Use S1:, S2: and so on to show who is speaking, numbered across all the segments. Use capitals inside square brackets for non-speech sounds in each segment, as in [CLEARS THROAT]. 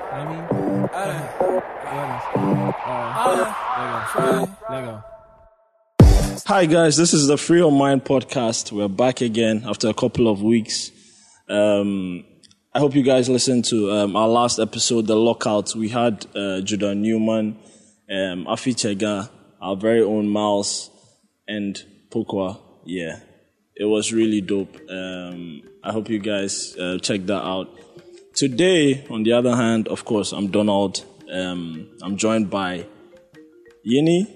S1: Uh,
S2: Hi guys, this is the Free Your Mind podcast. We're back again after a couple of weeks. Um, I hope you guys listened to um, our last episode, the lockout. We had uh, Judah Newman, um, Afi Chega, our very own Miles, and Pokwa. Yeah, it was really dope. Um, I hope you guys uh, check that out. Today, on the other hand, of course, I'm Donald. Um, I'm joined by Yeni.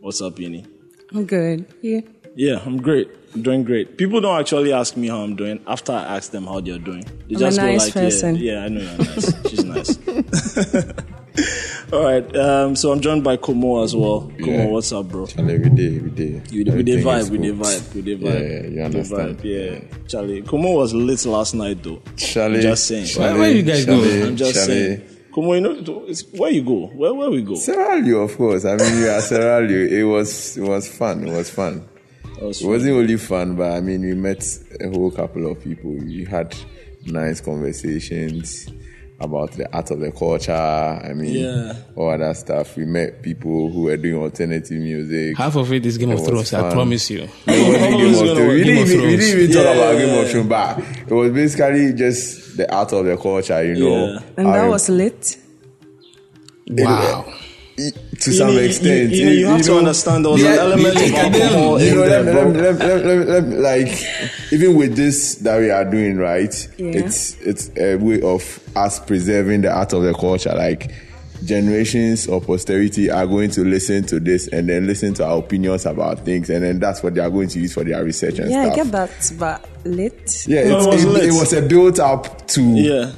S2: What's up, Yeni?
S3: I'm good. Yeah.
S2: Yeah, I'm great. I'm doing great. People don't actually ask me how I'm doing after I ask them how they're doing. They
S3: a
S2: just go
S3: nice
S2: like,
S3: person.
S2: Yeah, yeah, I know you're nice. She's nice. [LAUGHS] All right. Um, so I'm joined by Komo as well. Komo,
S4: Yeah.
S2: what's up, bro?
S4: Charlie, we did, we did.
S2: With the, with the vibe, with the vibe, with the vibe.
S4: Yeah, you
S2: with the
S4: understand.
S2: Vibe, yeah. Charlie, Komo was lit last night though.
S4: Charlie,
S2: I'm just saying.
S4: Charlie,
S1: Where you guys
S4: Charlie,
S1: going?
S2: I'm just
S4: Charlie.
S2: saying. Komo, you know, it's, where you go? Where where we go?
S4: Sierra Leone, of course. I mean, we are Sierra Leone. It was, it was fun. It was fun.
S2: That was
S4: It
S2: [LAUGHS]
S4: wasn't only fun, but I mean, we met a whole couple of people. We had nice conversations about the art of the culture. I mean,
S2: Yeah.
S4: all that stuff. We met people who were doing alternative music.
S1: Half of it is Game
S4: It
S1: of
S4: was
S1: Thrones,
S4: fun.
S1: I promise you.
S4: It wasn't Game of
S2: gonna
S4: Thrones.
S2: work.
S4: We
S1: Game
S4: didn't
S1: of
S4: even, we didn't even
S2: Thrones.
S4: talk about
S2: Yeah.
S4: Game of Thrones, but it was basically just the art of the culture, you know.
S2: Yeah.
S3: And
S4: How
S3: that
S4: it-
S3: was lit.
S1: Wow.
S4: to some
S2: you- you-
S4: extent.
S2: you know, you have to understand there was an element
S1: of alcohol
S4: You
S2: in
S4: know, let,
S2: there,
S4: me- let, me- let, me- let, me- let, me- like even with this that we are doing, right?
S3: Yeah.
S4: It's it's a way of us preserving the art of the culture, like. Generations of posterity are going to listen to this and then listen to our opinions about things, and then that's what they are going to use for their research and
S3: Yeah,
S4: stuff.
S3: I get that, but lit.
S4: Yeah,
S2: No,
S4: it's,
S2: it was
S4: it,
S2: lit.
S4: it was a build up to
S2: Yeah.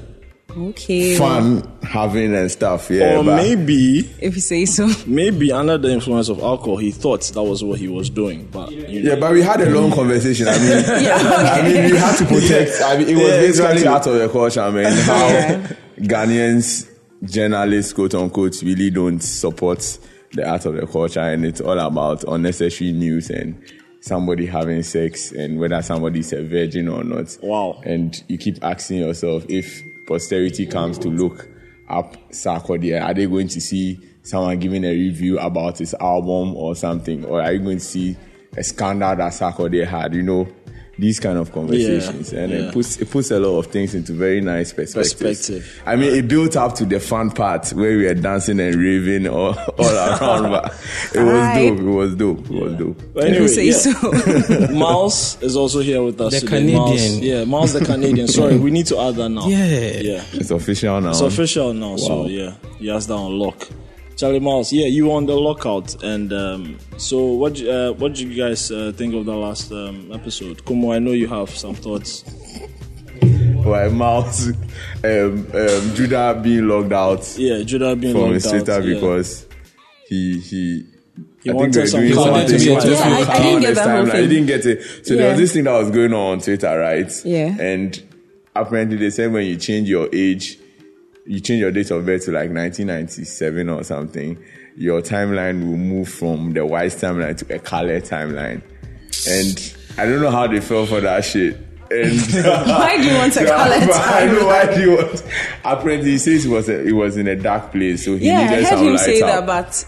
S3: Okay.
S4: fun having and stuff. Yeah,
S2: or
S4: but
S2: maybe
S3: If you say so.
S2: maybe under the influence of alcohol he thought that was what he was doing. But you know,
S4: yeah, but we had a long conversation. I mean,
S3: Yeah.
S4: I mean, we had to protect. I mean, it was
S2: Yeah,
S4: basically
S2: exactly.
S4: out of the
S2: [LAUGHS]
S4: culture, man. How
S3: Yeah.
S4: Ghanaians, journalists, quote unquote, really don't support the art of the culture, and it's all about unnecessary news and somebody having sex and whether somebody's a virgin or not.
S2: Wow.
S4: And you keep asking yourself if posterity comes to look up Sarkodie, are they going to see someone giving a review about his album or something? Or are you going to see a scandal that Sarkodie had? You know, these kind of conversations. and
S2: yeah.
S4: it puts it puts a lot of things into very nice perspectives.
S2: Perspective.
S4: I mean it built up to the fun part where we were dancing and raving all, [LAUGHS] all around but it was
S3: Aye.
S4: dope. It was dope. It was dope.
S2: But
S3: If
S2: anyway,
S3: you
S2: [LAUGHS]
S3: say
S2: yeah.
S3: [LAUGHS] so.
S2: Miles is also here with us
S1: The
S2: today. Miles,
S1: Canadian.
S2: yeah, Miles the
S1: [LAUGHS]
S2: Canadian. Sorry, we need to add that now.
S1: Yeah.
S2: yeah.
S4: It's official now.
S2: It's official now, so yeah, he has that on lock. Charlie Miles, yeah, you on the lockout, and um, so what? do- Uh, what did you guys uh, think of the last um, episode? Kumo, I know you have some thoughts.
S4: my mouth [LAUGHS] um, um, Judah being logged out
S2: Yeah, Judah being
S4: from
S2: locked
S4: his Twitter
S2: out, yeah.
S4: because he he.
S2: He wanted some clout.
S1: He wanted to be a Yeah,
S3: I- I didn't get that whole
S4: time. Like, I
S3: thing.
S4: didn't get it. So there was
S3: Yeah.
S4: this thing that was going on on Twitter, right?
S3: Yeah.
S4: And apparently they said when you change your age, you change your date of birth to like 1997 or something, your timeline will move from the white timeline to a color timeline. And I don't know how they fell for that shit. And
S3: [LAUGHS] Why do you want to
S4: [LAUGHS] yeah,
S3: call
S4: but I
S3: it?
S4: know why he was. Apparently, he says he was a, he was in a dark place, so he
S3: Yeah, I
S4: needed
S3: heard
S4: some
S3: him
S4: lights
S3: say that,
S4: up.
S3: but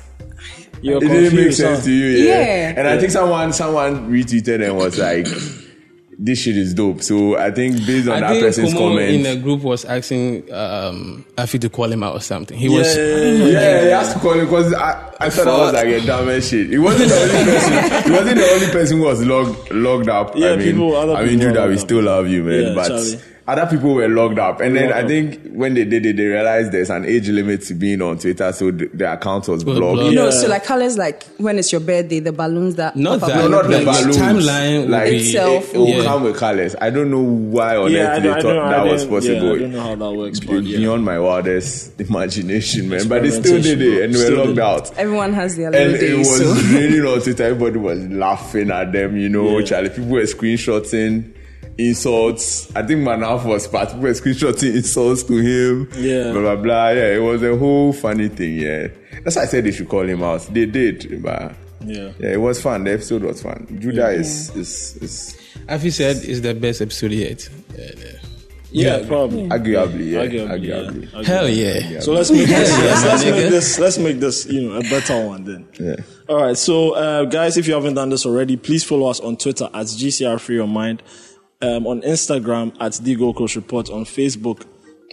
S2: You're
S4: it didn't make
S2: confused,
S4: sense
S2: huh?
S4: to you, yeah.
S3: Yeah.
S4: And I think someone someone retweeted and was like, [CLEARS THROAT] "This shit is dope." So I think based on
S1: I
S4: that
S1: think
S4: person's
S1: Kumo in
S4: comment,
S1: the group was asking um, Afi to call him out or something. He
S2: Yeah,
S1: was.
S2: yeah, yeah, yeah.
S4: yeah, he has to call it because I, I thought I was like a dumbest shit. It wasn't the only person. He wasn't the only person who was logged logged up.
S2: Yeah,
S4: I mean,
S2: people- other
S4: I mean,
S2: people were
S4: Judah, we
S2: logged up.
S4: still love you, man.
S2: Yeah,
S4: but
S2: Charlie.
S4: other people were logged up, and then
S2: Logged
S4: I
S2: up.
S4: think when they did it, they realized there's an age limit to being on Twitter, so th- their account was
S1: Was
S4: blocked.
S1: blocked.
S3: no,
S2: Yeah.
S3: so like colors like when it's your birthday, the balloons that
S1: Not
S3: pop up
S1: that.
S3: on
S4: No,
S3: your
S4: not the
S1: Like,
S3: plate.
S4: balloons.
S1: timeline would
S4: Like
S3: be-
S4: itself, it will
S1: Yeah.
S4: come with colors. I don't know why on
S2: Yeah, I
S4: earth
S2: don't,
S4: they
S2: I
S4: thought
S2: don't, I
S4: that was
S2: didn't- yeah,
S4: possible.
S2: I don't know how that works, but
S4: Be-
S2: yeah.
S4: Beyond my wildest imagination, man. But they still did
S2: Experimentation,
S4: it, and
S2: bro.
S4: we're
S2: Still
S4: logged
S2: did it.
S4: out.
S3: Everyone has their
S4: And
S3: little
S4: it
S3: day,
S4: was
S2: [LAUGHS]
S3: so
S4: really not it. Everybody was laughing at them, you know.
S2: Yeah.
S4: Charlie, people were screenshotting insults. I think Manaf was part. People were screenshotting [LAUGHS] insults to him.
S2: Yeah.
S4: Blah, blah, blah. Yeah, it was a whole funny thing, yeah. That's why I said they should call him out. They did, but
S2: Yeah.
S4: yeah, it was fun. The episode was fun. Judah is, is, is,
S1: Afi said it's the best episode yet. Yeah, yeah.
S2: Yeah, probably.
S4: Arguably, yeah.
S2: Arguably, yeah.
S4: Arguably.
S2: Arguably.
S1: Hell yeah.
S2: So let's make this.
S1: [LAUGHS] Yeah,
S2: let's,
S1: my
S2: let's
S1: nigga.
S2: make this. Let's make this. You know, a better one then.
S4: Yeah.
S2: All right. So, uh, guys, if you haven't done this already, please follow us on Twitter at GCR Free Your oh Mind, um, on Instagram at The Gold Coast Report, on Facebook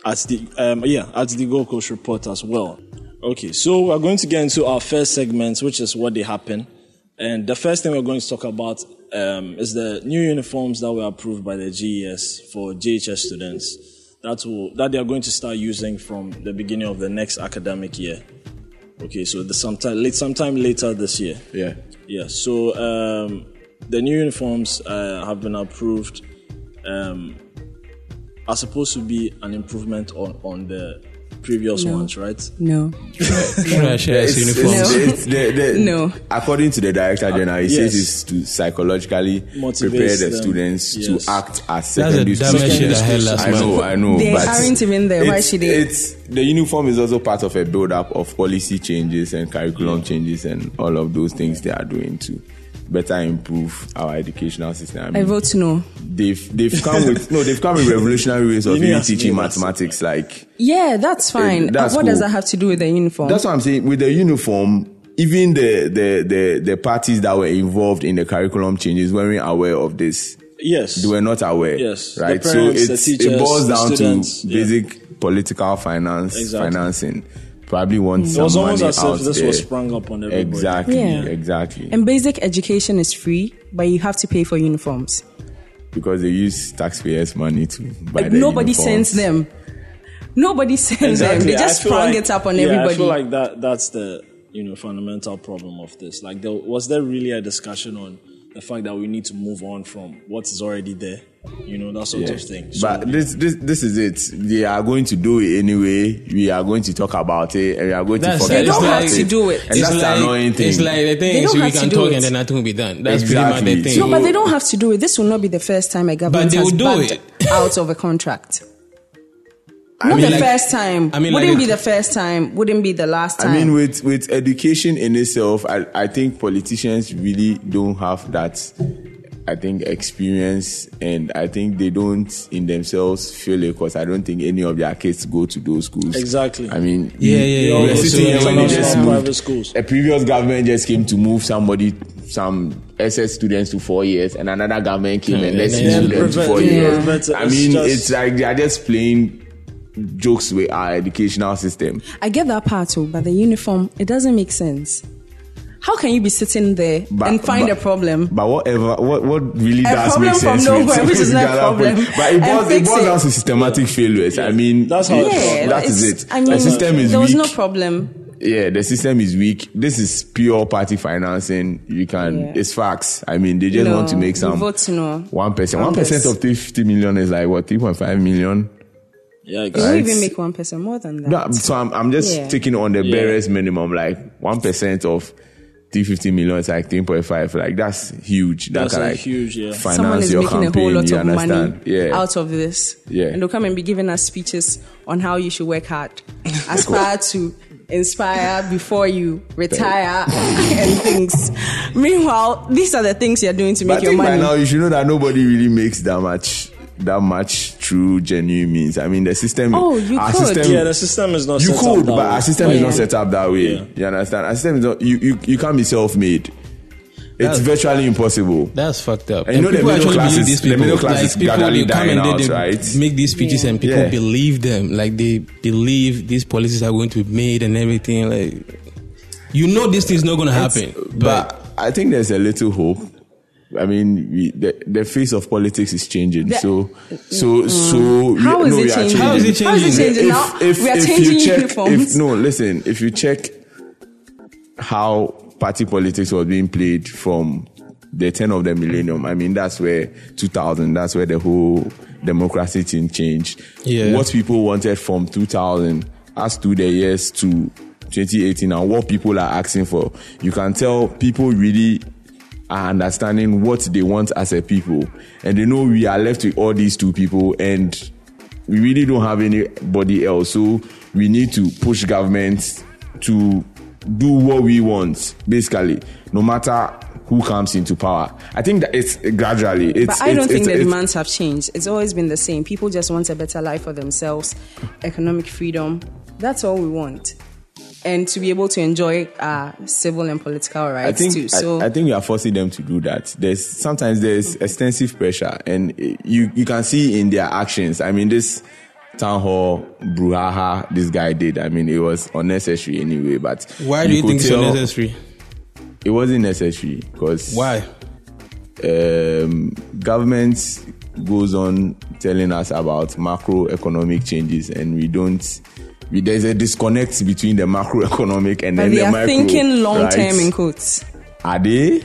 S2: at the um, yeah at The Gold Coast Report as well. Okay. So we're going to get into our first segment, which is what they happen, and the first thing we're going to talk about um, is the new uniforms that were approved by the GES for GHS students. That will that they are going to start using from the beginning of the next academic year. Okay, so the sometime late sometime later this year.
S4: Yeah.
S2: Yeah. So um, the new uniforms uh, have been approved. Um, are supposed to be an improvement on on the previous
S3: No.
S2: ones, right?
S3: [LAUGHS] No.
S1: Trash ass
S4: It's-
S1: uniforms.
S3: No.
S4: it's- the-
S3: [LAUGHS]
S4: the-
S3: No.
S4: According to the director general, he
S2: yes.
S4: says it's to psychologically
S2: Motivates
S4: prepare the
S2: them.
S4: students
S2: Yes.
S4: to act as
S1: a
S4: secondary
S1: dumb
S4: students.
S2: shit I heard
S1: last
S4: I
S1: month.
S4: know, I know.
S3: They
S4: but
S3: aren't even there. Why
S4: it's-
S3: should they?
S4: It's the uniform is also part of a build up of policy changes and curriculum changes and all of those things they are doing to better improve our educational system. I
S3: I
S4: mean,
S3: vote no.
S4: they've they've come with no, they've come with revolutionary ways
S2: [LAUGHS]
S4: of
S2: You need
S4: even
S2: us to
S4: teaching
S2: do that.
S4: mathematics like
S3: Yeah, that's fine.
S4: that's
S3: what does
S4: cool.
S3: that have to do with the uniform?
S4: That's what I'm saying. With the uniform, even the the the, the parties that were involved in the curriculum changes weren't aware of this.
S2: Yes.
S4: They were not aware.
S2: Yes.
S4: Right.
S2: The parents, the
S4: so it's,
S2: teachers,
S4: it boils
S2: the
S4: down
S2: students,
S4: to
S2: yeah.
S4: basic political finance
S2: Exactly.
S4: financing. Probably want
S2: it was
S4: some money
S2: almost as
S4: out
S2: if this
S4: there.
S2: was sprung up on everybody.
S4: Exactly.
S3: Yeah.
S4: Exactly.
S3: and basic education is free, but you have to pay for uniforms.
S4: because they use taxpayers' money to buy
S3: Like
S4: the
S3: nobody
S4: uniforms.
S3: sends them. Nobody sends them.
S2: Exactly.
S3: They just
S2: I feel
S3: sprung
S2: like-
S3: it up on
S2: yeah,
S3: everybody.
S2: I feel like that that's the you know fundamental problem of this. Like, there, was there really a discussion on the fact that we need to move on from what is already there? You know that sort
S4: Yeah.
S2: of thing.
S4: but this, this this is it. They are going to do it anyway. We are going to talk about it, and we are going
S1: That's
S4: to
S1: it.
S4: forget
S1: They don't
S4: about
S1: have
S4: it.
S1: to
S3: do it.
S4: And that's the annoying thing.
S1: It's like the
S3: They
S1: thing is
S3: don't
S1: we
S3: have to
S1: can
S3: do
S1: talk
S3: it.
S1: and then nothing will be done. That's
S4: Exactly.
S1: pretty much the thing.
S3: no, but they don't have to do it. This will not be the first time a government
S1: they
S3: has
S1: will do
S3: backed
S1: it.
S3: out of a contract.
S4: [LAUGHS] I
S3: not
S4: mean,
S3: the
S4: like-
S3: first time.
S1: I mean, like
S3: wouldn't
S1: it-
S3: be the first time. Wouldn't be the last time.
S4: I mean, with with education in itself, I, I think politicians really don't have that. I think experience, and I think they don't in themselves feel it because I don't think any of their kids go to those schools.
S2: Exactly.
S4: I mean,
S1: Yeah, yeah, yeah.
S4: we're
S1: Yeah,
S4: sitting
S1: so
S4: here when they
S1: international
S4: just moved-
S2: private schools.
S4: A previous government just came to move somebody, some SS students to four years, and another government came and let's
S1: yeah,
S4: move
S2: yeah.
S4: them to four
S2: Yeah.
S4: years.
S2: But
S4: I
S2: it's
S4: mean,
S2: just-
S4: it's like they are just playing jokes with our educational system.
S3: I get that part too, but the uniform it doesn't make sense. How can you be sitting there
S4: But-
S3: and find
S4: but-
S3: a problem?
S4: But whatever, what what really
S3: A
S4: does
S3: problem
S4: make
S3: from
S4: sense?
S3: nowhere,
S4: with-
S3: which is
S4: [LAUGHS] with
S3: not a
S4: Ghana
S3: problem.
S4: police. But it
S3: And
S4: boils, it
S3: fix
S4: boils
S3: it.
S4: down to systematic failures. I mean,
S2: That's how it
S4: it-
S2: Yeah,
S4: that is
S3: it's-
S4: it.
S3: I mean,
S4: the system is
S3: there was
S4: weak.
S3: no problem.
S4: yeah, the system is weak. This is pure party financing. You can,
S3: Yeah.
S4: it's facts. I mean, they just
S3: No,
S4: want to make
S3: we
S4: some
S3: vote no
S4: one percent.
S3: on
S4: One percent
S3: this.
S4: of three fifty million is like what three point five million.
S2: yeah,
S3: You won't
S4: Right.
S3: even make one person more than that.
S4: No, so I'm I'm just
S3: Yeah.
S4: taking on the
S2: Yeah.
S4: barest minimum, like one percent of. 350 million is like 3.5 like that's huge that
S2: That's
S4: can
S2: a
S4: like
S2: huge, yeah.
S4: finance
S3: Someone is
S4: your
S3: making
S4: campaign
S3: a whole lot
S4: you
S3: of
S4: understand
S3: money
S4: yeah
S3: out of this.
S4: Yeah.
S3: And they'll come and be giving us speeches on how you should work hard,
S4: [LAUGHS]
S3: aspire to inspire before you
S4: [LAUGHS]
S3: retire and things. Meanwhile, these are the things you're doing to
S4: But I
S3: make your
S4: think by
S3: money.
S4: now you should know that nobody really makes that much that much true genuine means. I mean the system
S3: Oh, you
S4: our
S3: could.
S4: system
S2: yeah, the system is not.
S4: you
S2: set up that
S4: could, but
S2: way.
S4: our system is
S3: Yeah.
S4: not set up that way. You understand? Our system is not you you, you can't be self made. It's
S1: That's-
S4: virtually impossible.
S1: That's fucked up.
S4: And you know the
S1: people
S4: middle
S1: actually
S4: classes-
S1: believe these
S4: the
S1: people.
S4: middle classes
S1: like people
S4: gradually
S1: will come
S4: dying
S1: and they,
S4: out,
S1: they
S4: right?
S1: make these speeches and people
S4: Yeah.
S1: believe them. Like they believe these policies are going to be made and everything. Like you know, this thing's not going to happen. But,
S4: But I think there's a little hope. I mean, we, the the face of politics is changing.
S3: The- Mm.
S4: so, so, so.
S3: How
S4: we,
S3: is
S4: no,
S3: it
S4: we are
S3: changing?
S1: How is it
S3: How is it
S1: changing?
S3: changing now? we are changing
S4: check, If,
S3: uniforms.
S4: no, listen. If you check how party politics was being played from the turn of the millennium, I mean that's where 2000. That's where the whole democracy thing changed.
S1: Yeah.
S4: What people wanted from 2000 as to the years to 2018 and what people are asking for, you can tell people really are understanding what they want as a people, and they know we are left with all these two people and we really don't have anybody else. So we need to push governments to do what we want, basically. No matter who comes into power. I think that it's gradually. It's,
S3: But I
S4: it's-
S3: don't think
S4: it's-
S3: the
S4: it's-
S3: demands have changed. It's always been the same. People just want a better life for themselves, economic freedom. That's all we want. And to be able to enjoy our civil and political
S4: I
S3: rights
S4: think
S3: too. So Mm-hmm.
S4: I, I think we are forcing them to do that. There's sometimes there's extensive pressure, and eh, you you can see in their actions. I mean, this town hall brouhaha this guy did. I mean, it was unnecessary anyway. But
S1: Why do you
S4: could
S1: think it's
S4: tell
S1: unnecessary?
S4: It wasn't necessary because
S1: Why?
S4: um, government goes on telling us about macroeconomic changes, and we don't. We, there's a disconnect between the macroeconomic and
S3: but
S4: then
S3: they
S4: the
S3: are
S4: micro.
S3: thinking long
S4: right?
S3: term in quotes.
S4: Are they?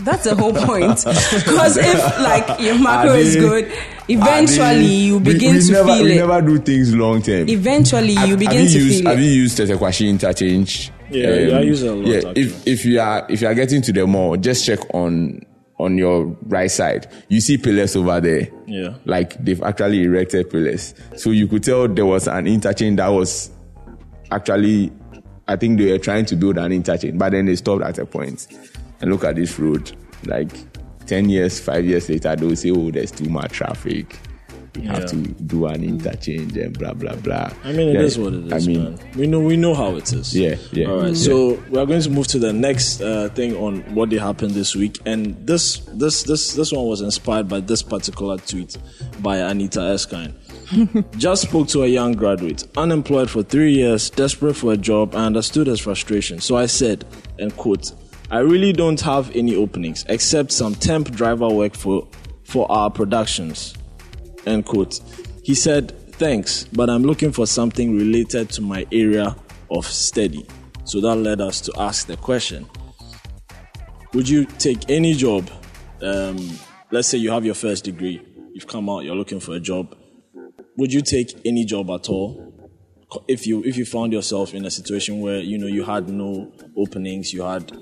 S3: That's the whole
S4: [LAUGHS]
S3: point. Because if like your macro
S4: Are
S3: is
S4: they-
S3: good, eventually
S4: I mean,
S3: you
S4: we-
S3: begin
S4: we
S3: to
S4: never,
S3: feel
S4: we
S3: it.
S4: never do things long term.
S3: Eventually you begin
S4: have
S3: to
S4: you used,
S3: feel
S4: Have
S3: it.
S4: you used Tetekwashi interchange? Um,
S2: Yeah, I use it a lot,
S4: Yeah, if
S2: actually.
S4: if you are if you are getting to the mall, just check on on your right side. You see pillars over there.
S2: Yeah.
S4: like they've actually erected pillars, so you could tell there was an interchange that was actually. I think they were trying to build an interchange, but then they stopped at a point. And look at this road, like ten years, five years later, they'll say, "Oh, there's too much traffic." We have
S2: Yeah.
S4: to do an interchange and blah blah blah.
S2: I mean, it
S4: Then-
S2: is what it is.
S4: I mean,
S2: man. we know we know how it is.
S4: Yeah, yeah,
S2: All right.
S4: yeah.
S2: So we are going to move to the next uh, thing on what they happened this week, and this this this this one was inspired by this particular tweet by Anita
S4: [LAUGHS]
S2: Eskine. Just spoke to a young graduate, unemployed for three years, desperate for a job. I understood his frustration, so I said, and quote, "I really don't have any openings except some temp driver work for for our productions." end quote. He said, Thanks, but I'm looking for something related to my area of study. So that led us to ask the question Would you take any job? Um, let's say you have your first degree, you've come out, you're looking for a job. Would you take any job at all? Co- If you if you found yourself in a situation where you know you had no openings, you had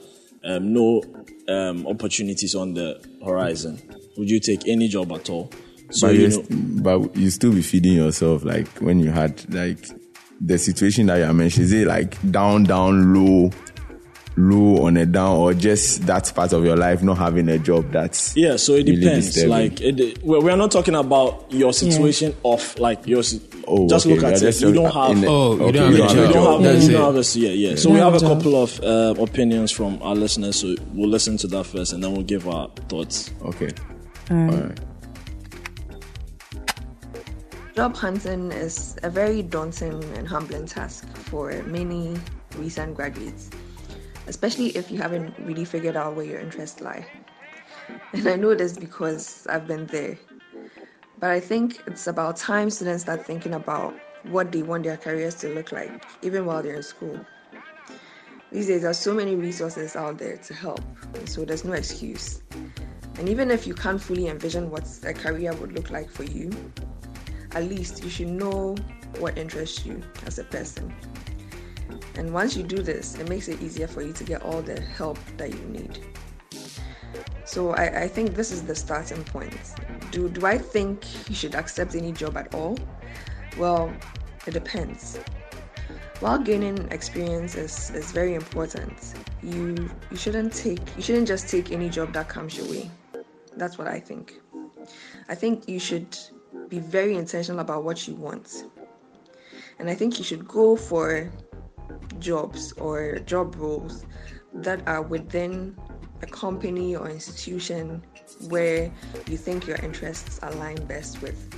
S2: um, no um, opportunities on the horizon, would you take any job at all? So
S4: but,
S2: you
S4: you
S2: know,
S4: but you still be feeding yourself like when you had like the situation that you are mentioned. Is it like down, down, low, low on a down, or just that part of your life not having a job? That's
S2: Yeah, so it
S4: really
S2: depends.
S4: disturbing?
S2: like, it, we're, we're not talking about your situation of like your. si-
S4: Oh,
S2: just
S4: okay,
S2: look
S4: we
S2: at
S4: are
S2: it.
S4: just
S2: You don't
S4: looking at- in
S2: have.
S4: the-
S1: Oh, you
S4: okay,
S1: don't have
S4: you
S1: a
S4: don't have a
S1: job.
S4: job.
S2: You don't
S1: That's
S2: have, you
S1: it.
S2: don't have a s- yeah, yeah. So we
S3: Yeah.
S2: have a
S3: Yeah.
S2: couple of uh, opinions from our listeners. So we'll listen to that first, and then we'll give our thoughts.
S4: Okay. All right.
S5: Job hunting is a very daunting and humbling task for many recent graduates, especially if you haven't really figured out where your interests lie. And I know this because I've been there. But I think it's about time students start thinking about what they want their careers to look like, even while they're in school. These days, there are so many resources out there to help, and so there's no excuse. And even if you can't fully envision what a career would look like for you, at least you should know what interests you as a person. And once you do this, it makes it easier for you to get all the help that you need. So I, I think this is the starting point. Do do I think you should accept any job at all? Well, it depends. While gaining experience is, is very important, you you shouldn't take you shouldn't just take any job that comes your way. That's what I think. I think you should be very intentional about what you want. And I think you should go for jobs or job roles that are within a company or institution where you think your interests align best with.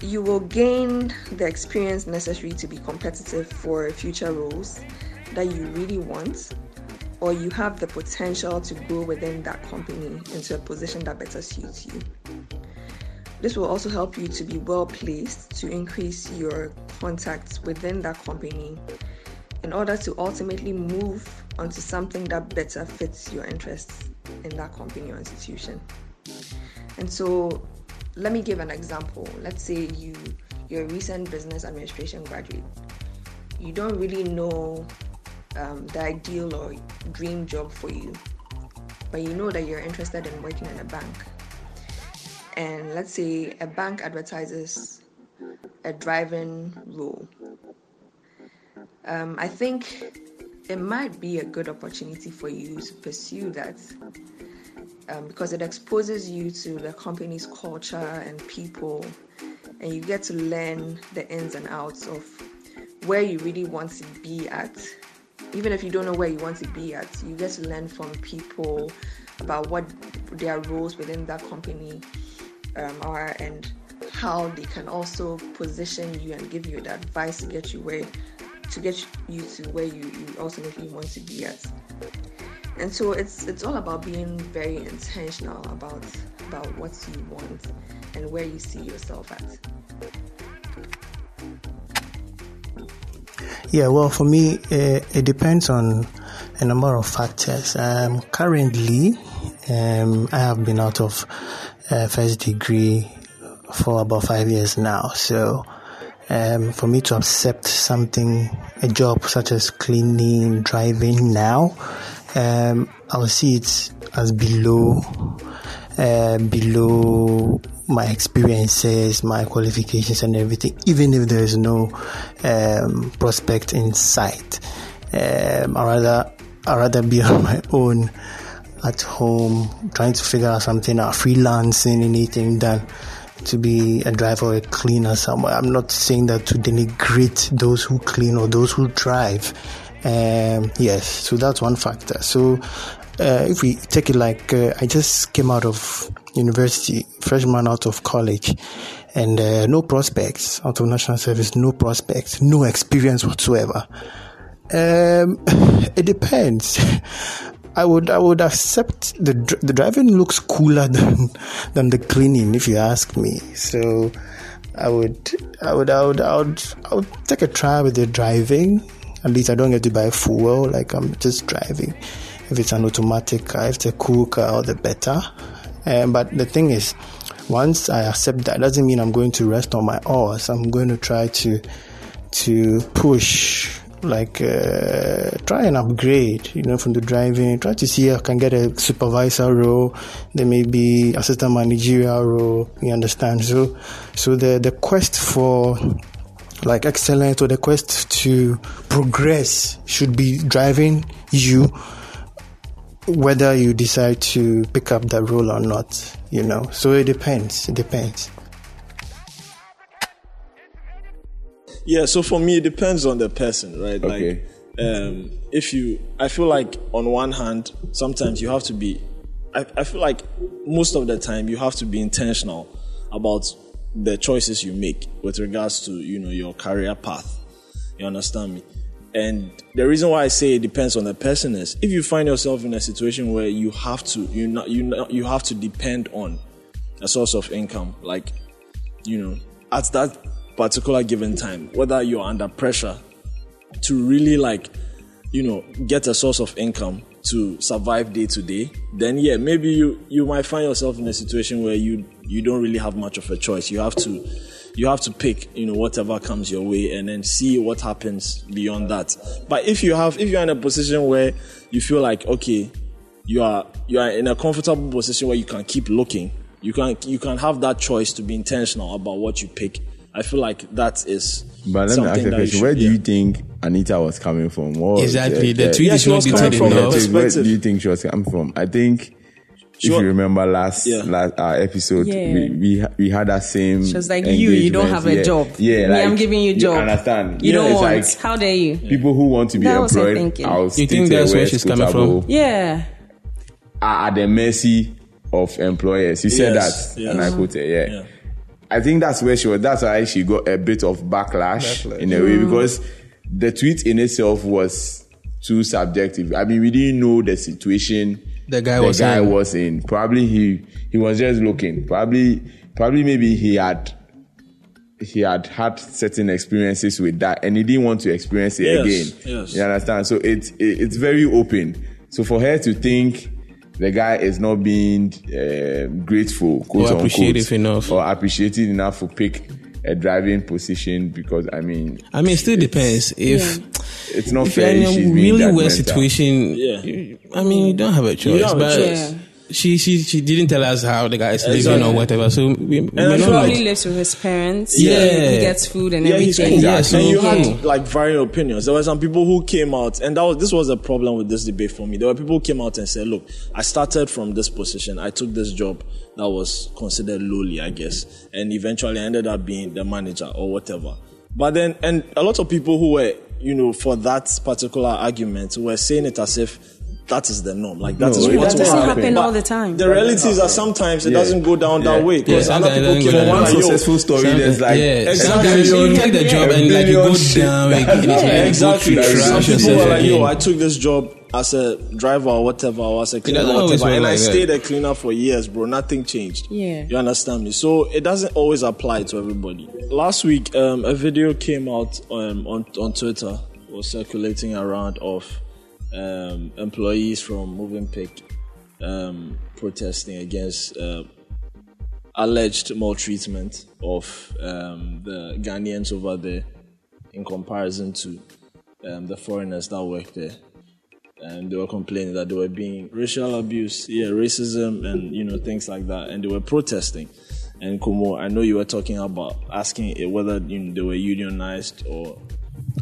S5: You will gain the experience necessary to be competitive for future roles that you really want or you have the potential to grow within that company into a position that better suits you. This will also help you to be well placed to increase your contacts within that company in order to ultimately move onto something that better fits your interests in that company or institution. And so, let me give an example. Let's say you you're a recent business administration graduate. You don't really know um, the ideal or dream job for you, but you know that you're interested in working in a bank. And let's say a bank advertises a driving role. Um, I think it might be a good opportunity for you to pursue that um, because it exposes you to the company's culture and people, and you get to learn the ins and outs of where you really want to be at. Even if you don't know where you want to be at, you get to learn from people about what their roles within that company um, are and how they can also position you and give you the advice to get you where to get you to where you, you ultimately want to be at. And so it's it's all about being very intentional about about what you want and where you see yourself at.
S6: Yeah, well, for me, uh, it depends on a number of factors. Um, currently, um, I have been out of uh, first degree for about five years now. So, um, for me to accept something, a job such as cleaning, driving now, um, I'll see it as below, uh, below my experiences, my qualifications, and everything, even if there is no um, prospect in sight. Um, I rather, I rather be [LAUGHS] on my own at home, trying to figure out something out, freelancing, anything than to be a driver or a cleaner somewhere. I'm not saying that to denigrate those who clean or those who drive. Um, yes, so that's one factor. So uh, if we take it like uh, I just came out of university, freshman out of college, and uh, no prospects out of national service, no prospects, no experience whatsoever. Um, [LAUGHS] it depends. [LAUGHS] I would I would accept the dr- the driving looks cooler [LAUGHS] than than the cleaning if you ask me. So I would I would I would I would, I would take a try with the driving. At least I don't get to buy fuel like I'm just driving if it's an automatic car, if it's a cool car, all the better. Um, but the thing is, once I accept that, doesn't mean I'm going to rest on my oars. I'm going to try to to push, like uh, try and upgrade, you know, from the driving. Try to see if I can get a supervisor role, then maybe assistant managerial role. You understand? So, so the the quest for like excellence or the quest to progress should be driving you whether you decide to pick up that role or not, you know. So it depends. It depends.
S2: Yeah, so for me, it depends on the person, right?
S4: Okay.
S2: Like, um, if you, I feel like on one hand, sometimes you have to be, I, I feel like most of the time you have to be intentional about the choices you make with regards to, you know, your career path. You understand me? And the reason why I say it depends on the person is if you find yourself in a situation where you have to, you know, you know, you have to depend on a source of income, like you know, at that particular given time, whether you're under pressure to really like, you know, get a source of income to survive day to day, then yeah, maybe you you might find yourself in a situation where you you don't really have much of a choice. You have to you have to pick, you know, whatever comes your way and then see what happens beyond that. But if you have if you're in a position where you feel like okay, you are you are in a comfortable position where you can keep looking. You can you can have that choice to be intentional about what you pick. I feel like that is
S4: But let me
S2: something
S4: ask you a
S2: that
S4: question.
S2: should-
S4: Where do
S2: yeah.
S4: you think Anita was coming from? What was
S1: Exactly. The
S4: the-
S1: tweet
S2: yeah,
S1: is
S2: she
S1: not
S2: was coming
S1: detailed
S2: from
S1: enough.
S2: the-
S4: Where
S2: perspective.
S4: do you think she was coming from? I think
S2: She
S4: if
S2: wa-
S4: you remember last
S2: Yeah.
S4: last our episode,
S3: Yeah.
S4: we, we ha- we had that same.
S3: She was like, you, you don't
S4: engagement.
S3: have a
S4: yeah.
S3: job.
S4: Yeah,
S3: Me,
S4: like,
S3: I'm giving you job.
S4: Understand?
S3: You
S4: yeah,
S3: don't
S4: it's
S3: want.
S4: like
S3: How dare you?
S4: people who want to be
S3: That was her
S4: employed.
S3: thinking.
S4: I'll
S1: You think
S4: state
S1: that's where
S4: where
S1: she's coming
S4: suitable,
S1: from?
S3: Yeah.
S4: Are at the mercy of employers. You said
S2: Yes,
S4: that,
S2: yes.
S4: and I quoted. Yeah.
S2: Yeah.
S4: I think that's where she was. That's why she got a bit of backlash, in a way
S2: Mm.
S4: because the tweet in itself was too subjective. I mean, we didn't know the situation
S1: The guy was
S4: guy
S1: in.
S4: was in. Probably he he was just looking. Probably probably maybe he had he had had certain experiences with that, and he didn't want to experience it
S2: Yes,
S4: again.
S2: yes.
S4: You understand? So it's it, it's very open. So for her to think the guy is not being um grateful, quote unquote,
S1: appreciative enough.
S4: or appreciated enough to pick a driving position, because I mean,
S1: I mean, it still depends. If
S4: it's not
S1: if you're
S4: fair.
S1: in
S4: if she's
S1: a
S4: being
S1: really
S4: judgmental.
S1: weird situation,
S2: Yeah.
S1: you- I mean, you don't have a choice.
S2: have a
S1: but
S2: choice.
S3: Yeah.
S1: she she she didn't tell us how the guy is
S2: Exactly.
S1: living or whatever. So we, we may
S2: I'm
S1: not
S2: sure
S1: know.
S3: Probably lives with his parents.
S1: Yeah.
S3: He gets food and
S2: he's
S3: everything.
S2: cool.
S1: Yeah, so-
S2: and you had
S1: Mm.
S2: like varying opinions. There were some people who came out, and that was this was a problem with this debate for me. There were people who came out and said, "Look, I started from this position. I took this job that was considered lowly, I guess, and eventually I ended up being the manager or whatever." But then, and a lot of people who were, you know, for that particular argument were saying it as if. That is the norm. Like that
S4: No,
S2: is
S4: it
S2: what
S4: doesn't
S2: will
S4: happen
S2: happen.
S3: all
S2: But
S3: the time.
S2: The reality is that sometimes it
S4: Yeah.
S2: doesn't go down that
S4: Yeah.
S2: way because
S1: Yeah,
S2: other
S1: sometimes it
S2: people
S1: doesn't
S2: keep
S1: go
S2: on
S1: down.
S2: like,
S4: One
S2: yo,
S4: successful story that's like
S1: yeah,
S2: exactly.
S1: sometimes you take the job
S4: A
S1: and like you go
S4: billion shit
S1: down
S4: that-
S1: again,
S4: Yeah,
S1: like,
S2: exactly.
S1: you go through
S2: Some
S1: trash
S2: people
S1: yourself
S2: were like,
S1: again.
S2: yo, I took this job as a driver or whatever, or as a cleaner,
S1: doesn't
S2: or
S1: always
S2: whatever,
S1: work
S2: and I
S1: like that.
S2: stayed a cleaner for years, bro. Nothing changed.
S3: Yeah.
S2: You understand me? So it doesn't always apply to everybody. Last week, um, a video came out um, on, on Twitter, was circulating around of um, employees from Moving Pick um, protesting against uh, alleged maltreatment of um, the Ghanaians over there in comparison to um, the foreigners that work there. And they were complaining that they were being racial abuse, yeah, racism, and you know things like that. And they were protesting. And Kumo, I know you were talking about asking it whether you know, they were unionized or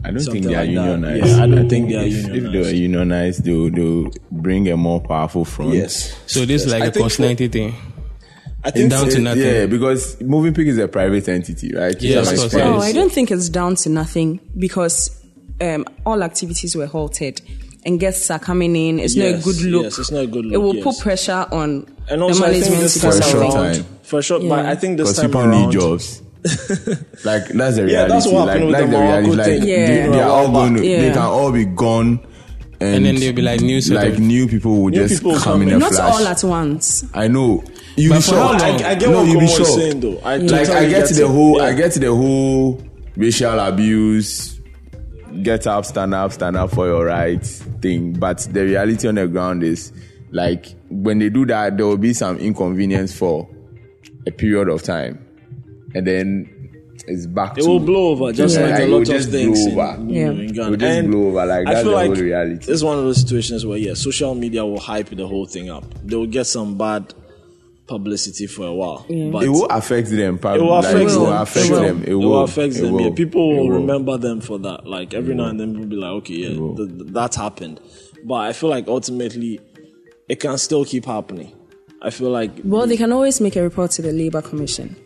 S4: I don't
S2: Something
S4: think they are
S2: like that.
S4: unionized.
S2: Yeah, I don't think they are
S4: if, If they were
S2: unionized.
S4: unionized, they would, they would bring a more powerful front.
S1: So this is like
S2: I
S1: a
S2: think-
S1: personality thing.
S2: I think
S1: down to
S2: it-
S1: nothing.
S4: Yeah, because Moving Pig is a private entity, right?
S1: Yeah,
S4: It's
S1: of
S4: a
S1: course,
S4: private-
S1: yeah.
S2: Oh,
S3: No, Oh, I don't think it's down to nothing because um, all activities were halted and guests are coming in. It's not a
S2: Yes,
S3: good look.
S2: yes, it's not a good
S3: It
S2: look,
S3: will
S2: yes.
S3: put pressure on
S2: and also
S3: the
S2: I think
S3: management
S2: this
S3: to do
S2: time
S4: a short
S3: something.
S2: around,
S4: time.
S2: for sure. But
S3: Yeah.
S2: I think this
S4: Because
S2: time
S4: people
S2: around,
S4: need
S2: [LAUGHS]
S4: jobs. like that's the reality.
S2: Yeah, that's what happened
S4: like,
S2: with the
S4: that's the
S2: Morocco
S4: reality. Like
S2: thing.
S3: Yeah.
S4: they, they are all
S2: Yeah.
S4: going. to They
S3: Yeah.
S4: can all be gone, and,
S1: And then they'll be like new set
S4: like
S1: of-
S4: new people will
S2: New
S4: just
S2: people
S4: come in
S2: coming.
S4: a
S3: Not
S4: flash.
S3: all at once.
S4: I know. You
S1: But
S4: be
S1: for how
S4: shocked.
S1: long?
S2: I, I get
S4: No,
S2: what
S4: you
S2: Kumo
S4: be
S2: is
S4: shocked.
S2: saying though. I
S4: like
S2: totally
S4: I get
S2: it.
S4: the whole
S2: Yeah.
S4: I get the whole racial abuse get up stand up stand up for your rights thing but the reality on the ground is like when they do that there will be some inconvenience for a period of time and then it's back
S2: It
S4: to
S2: will blow over, just
S4: Yeah,
S2: like
S4: like,
S2: a
S4: it will
S2: lot of
S4: just
S2: things.
S4: blow
S2: in-
S4: over.
S2: you know,
S3: Yeah.
S2: in
S3: It
S2: Ghana.
S4: will just
S2: And
S4: blow over, like,
S2: I
S4: that's
S2: feel
S4: the
S2: like
S4: whole reality.
S2: It's one of those situations where yeah, social media will hype the whole thing up. They will get some bad publicity for a while, but
S4: it will affect them
S2: it
S4: probably
S2: will
S4: like,
S2: affect
S4: it will
S2: them.
S4: affect them
S2: It will affect them. Yeah, people will remember them for that. Like every now and then, people be like, okay, yeah, th- th- that happened. But I feel like ultimately, it can still keep happening. I feel like
S3: Well, they can always make a report to the Labour Commission.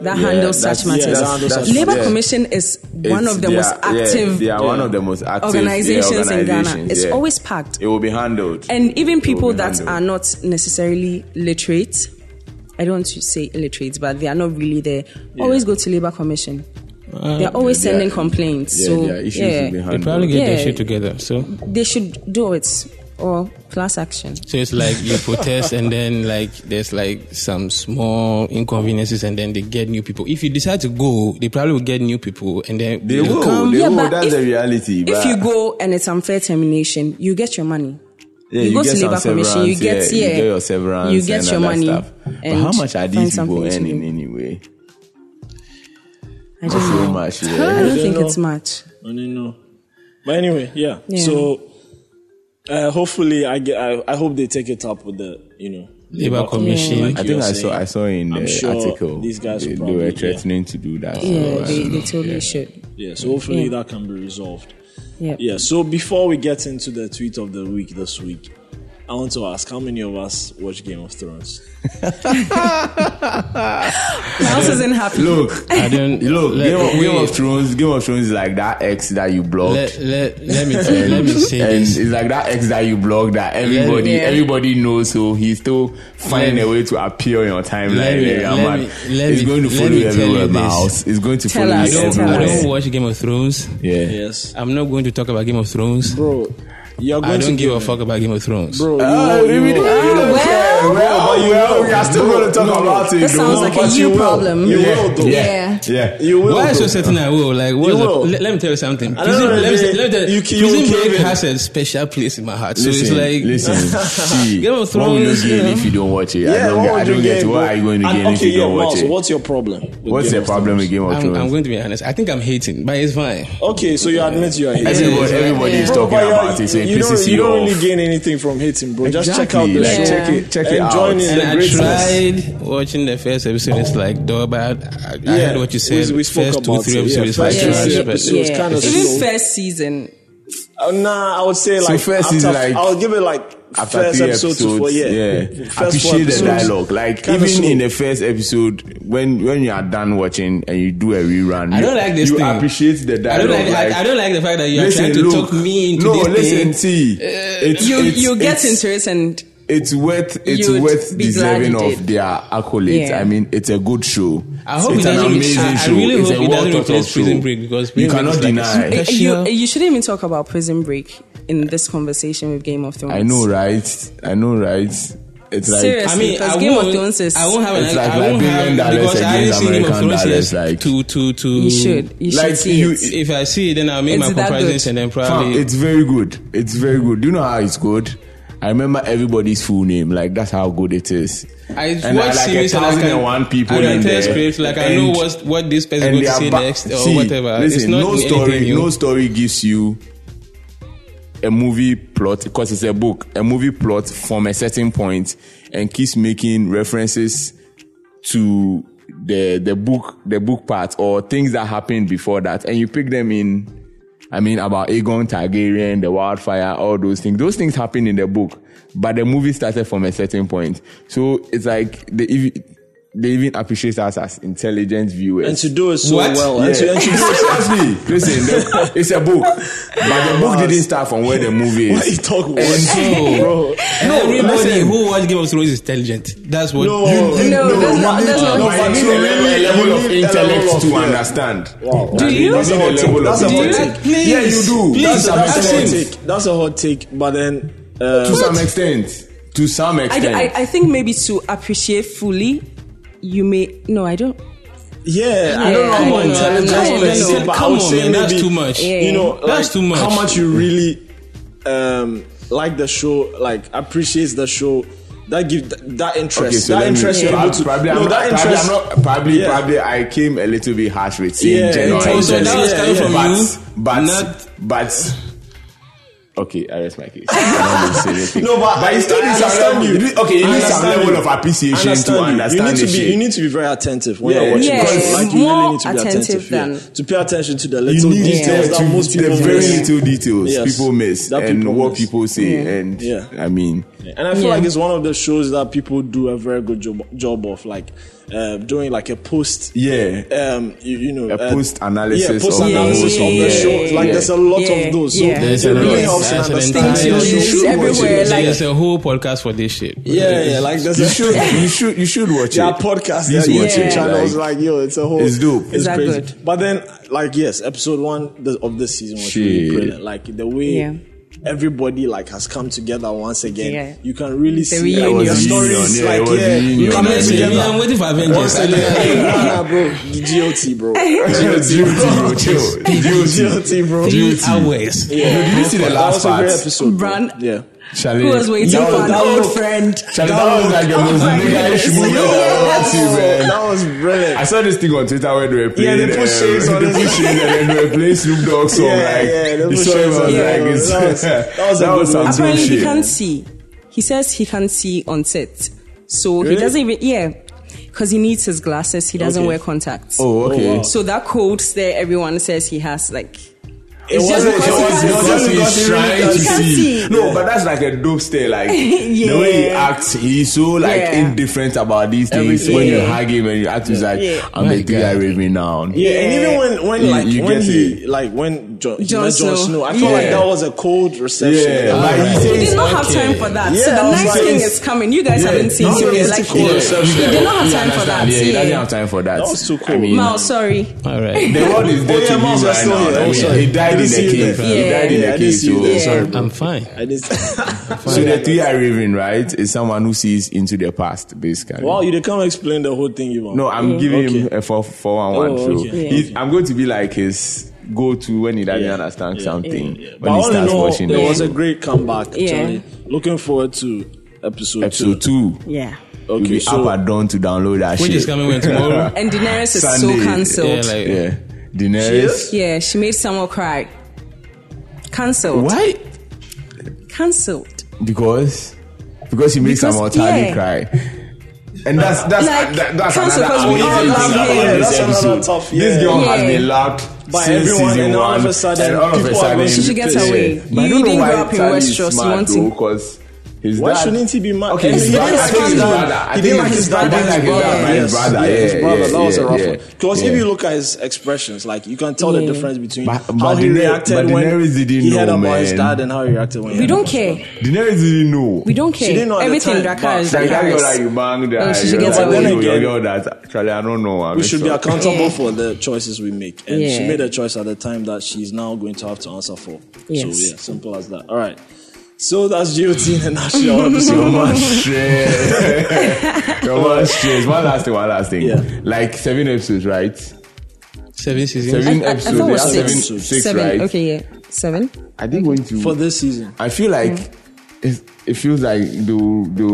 S3: That
S4: Yeah,
S3: handles such
S4: that's- yeah,
S3: matters.
S2: that's- that's-
S3: Labour
S4: yeah.
S3: Commission is one
S4: It's-
S3: of the
S4: they
S3: most
S4: are- yeah,
S3: active
S4: they are one of the most active yeah,
S3: organizations, in Ghana.
S4: organizations,
S3: It's
S4: yeah.
S3: always packed.
S4: it will be handled
S3: and even
S4: It will
S3: people
S4: be
S3: that
S4: handled.
S3: are not necessarily literate i don't want to say illiterate but they are not really there always go to labor commission they are always
S4: Uh, yeah,
S3: sending
S4: yeah.
S3: complaints
S4: Yeah,
S3: so
S4: their issues
S3: yeah,
S4: will be
S1: They
S4: handled.
S1: probably get their
S3: Yeah.
S1: shit together. So
S3: they should do it or class action
S1: so it's like you protest and then like there's like some small inconveniences and then they get new people. If you decide to go, they probably will get new people and then
S4: They
S1: they'll
S4: will.
S1: come.
S4: They
S3: Yeah,
S4: will.
S3: but
S4: That's
S3: if-
S4: the reality.
S3: if
S4: but-
S3: you go and it's unfair termination you get your money
S4: yeah,
S3: you go to
S4: some
S3: Labour Commission, you
S4: severance,
S3: get- yeah,
S4: you get your severance,
S3: you get
S4: and
S3: your
S4: other
S3: money
S4: Stuff. But
S3: and
S4: how much are
S3: find
S4: these people
S3: something to
S4: earning
S3: do.
S4: anyway?
S3: i don't
S4: So
S3: know
S4: much.
S3: i
S4: Yeah.
S3: don't think
S2: know.
S3: it's much
S2: I don't know. But anyway, yeah.
S3: Yeah.
S2: So uh, hopefully, I get. I, I hope they take it up with the you know
S1: Labour Commission.
S2: like
S4: I
S2: you
S4: think
S2: were
S4: I saw.
S2: saying.
S4: I saw in
S2: I'm
S4: the
S2: sure
S4: article
S2: these guys
S4: they,
S2: probably,
S4: they were
S2: yeah.
S4: threatening to do that.
S3: yeah
S4: so uh, I
S3: they,
S4: don't
S3: they
S4: know.
S3: totally
S4: Oh, Yeah.
S3: should
S2: Yeah. So hopefully
S3: Yeah.
S2: that can be resolved.
S3: yeah,
S2: Yeah. So before we get into the tweet of the week this week, I want to ask how many of us watch Game of Thrones?
S3: house isn't happy
S4: Look,
S1: I don't
S4: look.
S1: let-
S4: Game of, Game
S1: wait.
S4: of Thrones. Game of Thrones is like that X that you blocked.
S1: Let, let, let me
S4: [LAUGHS]
S1: let me say
S4: and
S1: this.
S4: it's like that ex that you blocked that everybody
S3: Yeah.
S4: everybody knows so he's still finding
S1: Let
S4: a way to appear on your
S1: let
S4: timeline
S1: me-
S4: area,
S1: let
S4: man.
S1: me- let
S4: it's
S1: me-
S4: going to
S1: let
S4: follow
S1: me
S4: you
S1: tell you
S4: everywhere
S1: this.
S4: mouse it's going to
S3: Tell
S4: follow
S3: us,
S1: I
S4: you
S1: don't,
S3: tell
S1: I
S3: us.
S1: don't
S4: everywhere
S1: watch Game of Thrones.
S4: yeah
S2: Yes,
S1: I'm not going to talk about Game of Thrones.
S2: bro. You're going
S1: I
S2: to
S1: don't give a
S2: me-
S1: fuck about Game of Thrones.
S2: bro. you
S4: Oh,
S2: will- you
S4: we
S2: will-
S4: don't- we don't care. well,
S2: but you
S4: well,
S2: will.
S4: we are still going to talk
S2: No, no.
S4: about it.
S3: That sounds
S4: though.
S3: like a
S4: But
S3: you
S4: will.
S3: problem.
S2: You
S4: yeah.
S2: will, though.
S4: Yeah.
S3: Yeah.
S4: yeah.
S2: You will.
S1: Why are
S2: though.
S1: you certain I will? Like, what
S2: You
S1: is the,
S2: will.
S1: let, let me tell you something.
S2: I don't
S1: Prison,
S2: know,
S1: let, me,
S2: really.
S1: say- let me tell
S2: You
S1: you.
S2: ki- you
S1: Prison
S2: will
S1: break
S2: cave in.
S1: has a special place in my heart. So
S4: Listen,
S1: it's like,
S4: listen, see,
S1: Game of
S4: what will you
S1: Thrones,
S4: gain
S1: yeah.
S4: if you don't watch it? I
S2: Yeah,
S4: don't,
S2: what
S4: get, I
S2: would you
S4: don't get
S2: gain,
S4: what
S2: bro?
S4: are you going to
S2: And
S4: gain if
S2: okay,
S4: you
S2: yeah,
S4: don't watch
S2: Miles,
S4: it?
S2: What's your problem? with
S4: What's
S2: Game
S4: the
S2: of
S4: problem with Game of
S1: [LAUGHS] I'm, I'm
S4: Thrones?
S1: going to be honest. I think I'm hating, but it's fine.
S2: Thrones? Okay, so you admit you are hating.
S4: Everybody, everybody is
S2: Bro,
S4: talking
S2: but
S4: about
S2: you-
S4: it, so it
S2: you don't,
S4: pisses
S2: you
S4: you
S2: don't
S4: off.
S2: really gain anything from hating, bro. Just check out
S4: Exactly,
S2: the
S4: like,
S2: show.
S3: check it-
S4: check
S2: and
S4: it out.
S2: join in
S1: And
S2: the
S1: I
S2: greatness.
S1: tried watching the first episode. It's like, though, but I, I heard what you said.
S2: We, we spoke
S1: first two,
S2: about
S1: three
S2: it.
S1: episodes.
S2: Yeah,
S1: like
S2: first
S3: yeah,
S2: two,
S1: trash,
S2: three
S1: but-
S2: episodes
S3: yeah.
S2: kind of
S3: Even
S2: slow.
S3: first season,
S2: Uh, nah, I would say like
S4: first
S2: after,
S4: is like-
S2: I'll give it like
S4: after
S2: first
S4: three
S2: episode to four.
S4: episodes,
S2: Yeah,
S4: yeah.
S2: First four
S4: appreciate the
S2: episodes.
S4: dialogue. Like
S2: Kinda
S4: even
S2: slow.
S4: in the first episode, when when you are done watching and you do a rerun,
S1: I
S4: you,
S1: don't like this
S4: you
S1: thing.
S4: appreciate the
S1: I don't
S4: dialogue.
S1: like,
S4: like,
S1: I don't like the fact that you're
S4: listen,
S1: trying to
S4: look,
S1: talk me into
S4: no,
S1: this
S4: listen,
S1: thing. Uh,
S4: see, it's,
S3: you
S4: it's,
S3: you get
S4: it's-
S3: into it and
S4: It's worth it's
S3: You'd
S4: worth
S3: be glad you
S4: deserving
S3: did.
S4: of their accolades.
S3: Yeah.
S4: I mean, it's a good show.
S1: I hope
S4: it's
S1: it
S4: an
S1: doesn't re-
S4: amazing
S1: I- I
S4: show.
S1: really
S4: it's
S1: hope
S4: a
S1: it doesn't
S4: well thought
S1: replace
S4: out
S1: Prison
S4: show.
S1: Break because
S4: you
S1: Prison Break
S4: cannot
S1: is like
S4: deny.
S1: a super-
S3: you
S1: Sure.
S3: you shouldn't even talk about Prison Break in this conversation with Game of Thrones.
S4: I know, right? I know, right? It's like
S3: Seriously,
S1: I mean,
S3: because
S1: I
S3: Game
S1: won't,
S3: of Thrones is.
S1: I won't have
S4: It's
S1: an.
S4: like
S1: I won't
S4: Liberian
S1: have
S4: dollars
S1: because I haven't
S4: against
S1: seen Game of
S4: American
S1: Thrones
S4: dollars,
S1: yet.
S4: like-
S1: to to to.
S3: you should. You should
S4: Like,
S3: see
S4: you-
S3: it.
S1: If I see it, then I'll make
S3: It's
S1: my
S3: that
S1: comparisons
S3: good.
S1: and then
S4: Fam,
S1: probably.
S4: it's very good. It's very good. Do you know how it's good? I remember everybody's full name. Like that's how good it is.
S1: I
S4: and
S1: watch
S4: I like a
S1: series and I
S4: thousand
S1: can-
S4: and one people
S1: I
S4: in
S1: can
S4: there.
S1: tell scripts like I
S4: And-
S1: know what what this person
S4: and
S1: going to
S4: they are
S1: say
S4: ba-
S1: next or
S4: See,
S1: whatever.
S4: Listen,
S1: it's not
S4: no
S1: anything
S4: story.
S1: new.
S4: No story gives you a movie plot because it's a book. A movie plot from a certain point and keeps making references to the the book the book part or things that happened before that, and you pick them in. I mean, about Aegon Targaryen, the wildfire, all those things. Those things happen in the book, but the movie started from a certain point. So it's like they even, they even appreciate us as intelligent viewers.
S2: And to do it so
S1: What?
S2: well, and to,
S4: Yeah. [LAUGHS]
S2: and to do it
S4: Seriously, eh. listen, the- it's a book, but the book didn't start from where the movie
S2: Why you
S4: is.
S2: talk
S1: And
S2: what?
S1: so,
S2: Bro,
S1: everybody
S4: listen.
S1: who watch Game of Thrones is intelligent. That's what.
S2: no,
S3: No, that's not- that's not-
S2: but
S4: But
S2: you
S4: you
S2: need
S4: need a
S2: you
S4: level of
S2: need a level of-
S4: intellect to
S2: yeah.
S4: understand.
S2: Wow.
S4: I mean,
S3: you?
S4: need
S2: That's a
S4: a
S2: hot take.
S4: level
S2: That's a
S4: of
S2: hot
S4: intellect.
S2: take.
S1: Please,
S4: Yeah, you do.
S1: please,
S2: That's a,
S1: I'm
S2: that's a hot
S1: ashamed.
S2: take. That's a hot take. But then,
S4: To
S2: um,
S4: some extent. To some
S3: I,
S4: extent.
S3: I, I think maybe to appreciate fully, you may. No, I don't.
S2: yeah, I don't know
S3: Yeah,
S2: how
S3: I know,
S2: intelligent
S3: I know.
S2: you is,
S3: Come
S2: but I
S1: on,
S2: would say
S1: man, that's
S2: maybe,
S1: too much.
S3: Yeah.
S2: You know,
S1: That's
S2: like,
S1: too much.
S2: How much you really um, like the show? Like appreciates the show. That give that, that interest.
S4: Okay, so
S2: that
S4: let me-
S2: interest you're able to.
S4: probably,
S2: no,
S4: I'm
S2: that
S4: not, probably,
S2: interest.
S4: I'm not, probably,
S2: Yeah.
S4: probably, I came a little bit harsh with saying
S2: Yeah,
S4: general
S2: yeah,
S1: so that was
S4: intelligence.
S1: coming from
S4: but,
S1: you,
S4: but,
S1: not-
S4: but, okay, I rest
S2: [LAUGHS]
S4: my case. I'm not gonna say anything.
S2: No, but I-
S4: you still
S2: I
S4: need some
S2: understand
S4: level.
S2: you.
S4: You need- okay, you
S2: I
S4: need some
S2: understand
S4: level
S2: you.
S4: of appreciation
S2: I
S4: to
S2: you. You need
S4: understand
S2: to
S4: the
S2: be,
S4: shit.
S2: you need to be very attentive when
S4: Yeah,
S2: you're watching.
S3: yeah.
S2: because, like, you really
S3: More
S2: need to be attentive.
S3: attentive
S2: yeah.
S3: than-
S2: To pay attention to the
S4: You
S2: little
S4: need
S2: details
S4: to-
S2: that most
S4: the
S2: people
S4: very
S2: miss.
S4: little details
S2: Yes.
S4: people miss
S2: That
S4: and
S2: people
S4: what
S2: miss.
S4: people say and
S2: Yeah.
S4: I mean
S2: And I feel
S3: Yeah.
S2: like it's one of the shows that people do a very good job job of, like uh, doing like a post.
S4: yeah
S2: Um, you, you know,
S4: A post analysis
S2: Yeah,
S4: of
S2: post analysis
S3: the
S2: of the
S3: whole
S2: show.
S3: thing.
S2: Like
S4: Yeah.
S2: there's a lot
S3: Yeah.
S2: of those. So
S3: Yeah.
S1: There's
S2: it
S1: a lot.
S2: really helps in
S1: That's an
S2: understanding.
S1: entire
S2: the
S1: show.
S2: show.
S3: It's everywhere,
S2: Yeah,
S3: like-
S1: There's a whole podcast for this shit.
S2: yeah, yeah, like there's
S4: you
S2: a [LAUGHS]
S4: should you should you should watch
S2: Yeah,
S4: it [LAUGHS]
S2: podcast,
S4: Please
S2: yeah,
S4: watch
S2: YouTube
S4: it.
S2: channels,
S4: Like,
S2: like, yo, it's a whole.
S4: it's dope.
S2: It's
S3: Is that
S2: crazy.
S3: good?
S2: But then, like, yes, episode one th- of this season was really
S4: Shit.
S2: brilliant. Like the way
S3: Yeah.
S2: everybody like has come together once again.
S3: Yeah.
S2: You can really see
S3: reunion.
S2: like,
S3: It
S2: the
S3: was
S2: stories,
S4: reunion, yeah,
S2: like
S4: it was
S2: yeah,
S4: reunion.
S2: coming
S4: Amazing.
S2: together.
S4: [LAUGHS]
S1: I'm waiting for
S2: Once
S1: Avengers.
S2: again, Hey, nah, nah, bro, GOT,
S3: [LAUGHS]
S2: bro,
S4: Duty,
S2: GOT,
S4: chill.
S2: [LAUGHS]
S4: Duty.
S2: GOT, bro.
S1: Three hours.
S2: Yeah.
S4: Did you see the
S2: That
S4: last
S2: was a
S4: part?
S2: great episode, bro.
S3: Brand-
S2: Yeah.
S4: Charlie,
S3: Who was waiting
S4: that
S3: for
S4: was-
S3: an
S4: that
S3: old
S4: was-
S3: friend? Oh
S4: Charlie, that was like the most niggerish movie I've ever seen, man.
S2: That was brilliant.
S4: I saw this thing on Twitter where they were playing.
S2: they put
S4: um, [LAUGHS]
S2: shades on
S4: They
S2: it.
S4: put shades and then they were playing Snoop Dogg song.
S2: Yeah,
S4: like,
S2: yeah, they
S4: you
S2: put
S4: saw him,
S2: shades
S4: I
S2: on
S4: was
S2: it.
S4: like,
S2: Yeah,
S4: it's,
S2: that was- that
S4: [LAUGHS]
S2: was a
S4: that was
S2: good one.
S4: some dope
S3: Apparently, he
S4: shit.
S3: can't see. He says he can't see on set, so he doesn't even. Yeah, because he needs his glasses. He doesn't
S2: Okay.
S3: wear contacts.
S4: Oh, okay.
S2: Oh, wow.
S3: So that cold stare everyone says he has, like,
S2: It
S3: It's just
S2: wasn't. It
S3: because he
S2: was it wasn't because
S3: can't see.
S4: Because he's
S2: he really
S4: trying
S2: does
S4: to
S3: can't
S4: see.
S3: see.
S4: No, but that's like a dope stare.
S3: [LAUGHS]
S4: Like the way he
S3: Yeah.
S4: acts, he's so like
S3: Yeah.
S4: indifferent about these things.
S2: Everything.
S4: When you
S2: Yeah.
S4: hag him and you act, he's like,
S3: Yeah.
S4: "I'm
S1: My
S4: a three-eyed
S1: God.
S4: raven now."
S2: Yeah, and even when when
S4: You-
S2: like
S4: you
S2: when
S4: get
S2: he like when John, he
S3: Jon
S2: met Jon
S3: Snow.
S2: Snow. I feel like
S4: Yeah.
S2: that was a cold reception.
S4: Yeah,
S2: Like,
S4: like he
S3: He
S4: says,
S3: did not have
S1: Okay.
S3: time for that.
S2: Yeah,
S3: so
S2: I
S3: the
S2: was
S3: next
S2: like,
S3: thing
S2: it's-
S3: is coming. You guys haven't seen
S4: no,
S3: him
S4: it's
S3: yet.
S4: too
S3: Like,
S4: cool.
S3: he did not have time for that.
S4: Yeah, he doesn't
S3: Yeah.
S4: have time for that.
S2: That was too cool.
S4: I mean,
S3: Mal, sorry.
S1: All right.
S3: [LAUGHS]
S4: The world is dead
S2: Oh, yeah,
S4: to him
S2: Miles was
S4: right
S2: still
S4: now.
S2: here.
S4: I
S2: I'm
S4: mean,
S2: sorry.
S4: He died
S2: Didn't
S4: in
S2: see
S4: the
S2: you
S4: cave.
S2: there.
S4: He
S3: Yeah.
S4: died
S2: Yeah, I
S4: in the
S2: didn't
S4: cave.
S2: see you there.
S4: So,
S3: Sorry,
S1: I'm fine.
S2: I didn't-
S4: so the three are raving, right? Is someone who sees into the past,
S2: [LAUGHS]
S4: basically.
S2: wow, you didn't come explain the whole thing you want.
S4: No, I'm
S3: Mm.
S4: giving him
S2: Okay.
S4: a four four one one.
S2: Oh,
S4: so
S2: okay.
S4: he's, I'm going to be like his go to when he doesn't
S2: Yeah.
S4: understand
S2: Yeah.
S4: something
S2: But
S4: when he
S2: all in
S4: starts
S2: all,
S4: watching
S2: it
S4: the
S2: was
S4: show.
S2: a great comeback. Actually,
S3: Yeah.
S2: looking forward to episode,
S4: episode
S2: two.
S4: two.
S3: Yeah.
S4: You'll
S2: Okay,
S4: be
S2: so
S4: up at dawn to download that
S1: Which
S4: shit.
S1: is coming
S3: [LAUGHS]
S1: when tomorrow?
S3: And Daenerys is
S4: Sunday.
S3: so cancelled.
S1: yeah,
S3: Yeah,
S1: like
S4: yeah, Daenerys.
S3: she made someone cry. Cancelled.
S4: Why?
S3: Cancelled.
S4: Because because he makes
S3: Because-
S4: Amortali
S3: yeah.
S4: cry. [LAUGHS] And that's that's
S3: Like,
S4: that, that's
S3: cancel
S4: another
S3: 'cause we
S4: amazing
S3: all
S4: thing
S3: love
S4: about
S3: him.
S4: this
S2: That's another
S4: episode.
S2: tough-
S4: This
S2: yeah.
S4: girl has
S3: Yeah.
S4: been loved
S2: By
S4: since
S2: everyone,
S4: season
S2: and all
S4: one,
S2: of a sudden,
S4: and all of a
S2: people are
S4: sudden,
S2: going to
S3: She should get
S4: pissed.
S3: away.
S4: But
S3: You
S4: I don't know
S3: didn't
S4: why
S3: grow up in
S4: Charlie is
S3: Westeros, you
S4: smart,
S3: want
S4: though,
S3: him.
S4: 'cause his
S2: Why
S4: dad-
S2: shouldn't he be mad?
S4: Okay, his
S2: He
S4: brother.
S2: didn't
S4: I think
S2: like
S4: his
S2: his
S4: brother.
S2: dad.
S4: I
S2: He
S4: think
S2: didn't like his dad.
S4: I didn't like his dad, but his
S2: Yes,
S4: brother.
S2: yeah, his
S4: yeah,
S2: brother.
S4: yeah,
S2: That was a rough
S4: yeah,
S2: one. Because if
S4: yeah.
S2: you look at his expressions, like you can tell the
S3: Yeah.
S2: difference between
S4: But-
S2: how
S4: but
S2: he
S4: Daenerys-
S2: reacted
S4: but
S2: when
S4: Daenerys didn't
S2: he heard
S4: know,
S2: about his
S4: man.
S2: dad and how he reacted when he
S3: We
S2: heard
S3: don't
S2: about
S3: care.
S2: his dad.
S4: Daenerys didn't know.
S3: We don't care.
S2: didn't know at the
S3: Everything
S2: time,
S3: Drakkar
S2: but-
S3: is
S4: Like that girl
S3: Drakkar.
S4: that you banged.
S3: Oh,
S4: that
S3: she
S4: you
S3: gets
S4: like,
S2: away.
S4: you-
S2: Then
S4: you girl that Charlie, I don't know. I'm
S2: We should be
S4: sorry.
S2: accountable
S3: Yeah.
S2: for the choices we make. And she
S3: Yeah.
S2: made a choice at the time that she's now going to have to answer for. So,
S3: Yes.
S2: yeah, simple as that. All right. So that's GOT in a nutshell [LAUGHS] episode
S4: Your man
S2: one.
S4: [LAUGHS] stress.
S2: [LAUGHS]
S4: Your man stress. One last thing. One last thing.
S2: Yeah.
S4: Like seven episodes, right?
S1: seven seasons.
S4: Seven
S3: I, I
S4: episodes.
S3: thought it
S4: They
S3: was
S4: are
S2: have
S3: six.
S4: seven, six,
S3: seven.
S4: right?
S3: Okay, yeah. Seven.
S4: Are they going to?
S2: For this season.
S4: I feel like
S3: Hmm.
S4: it's, it feels like the the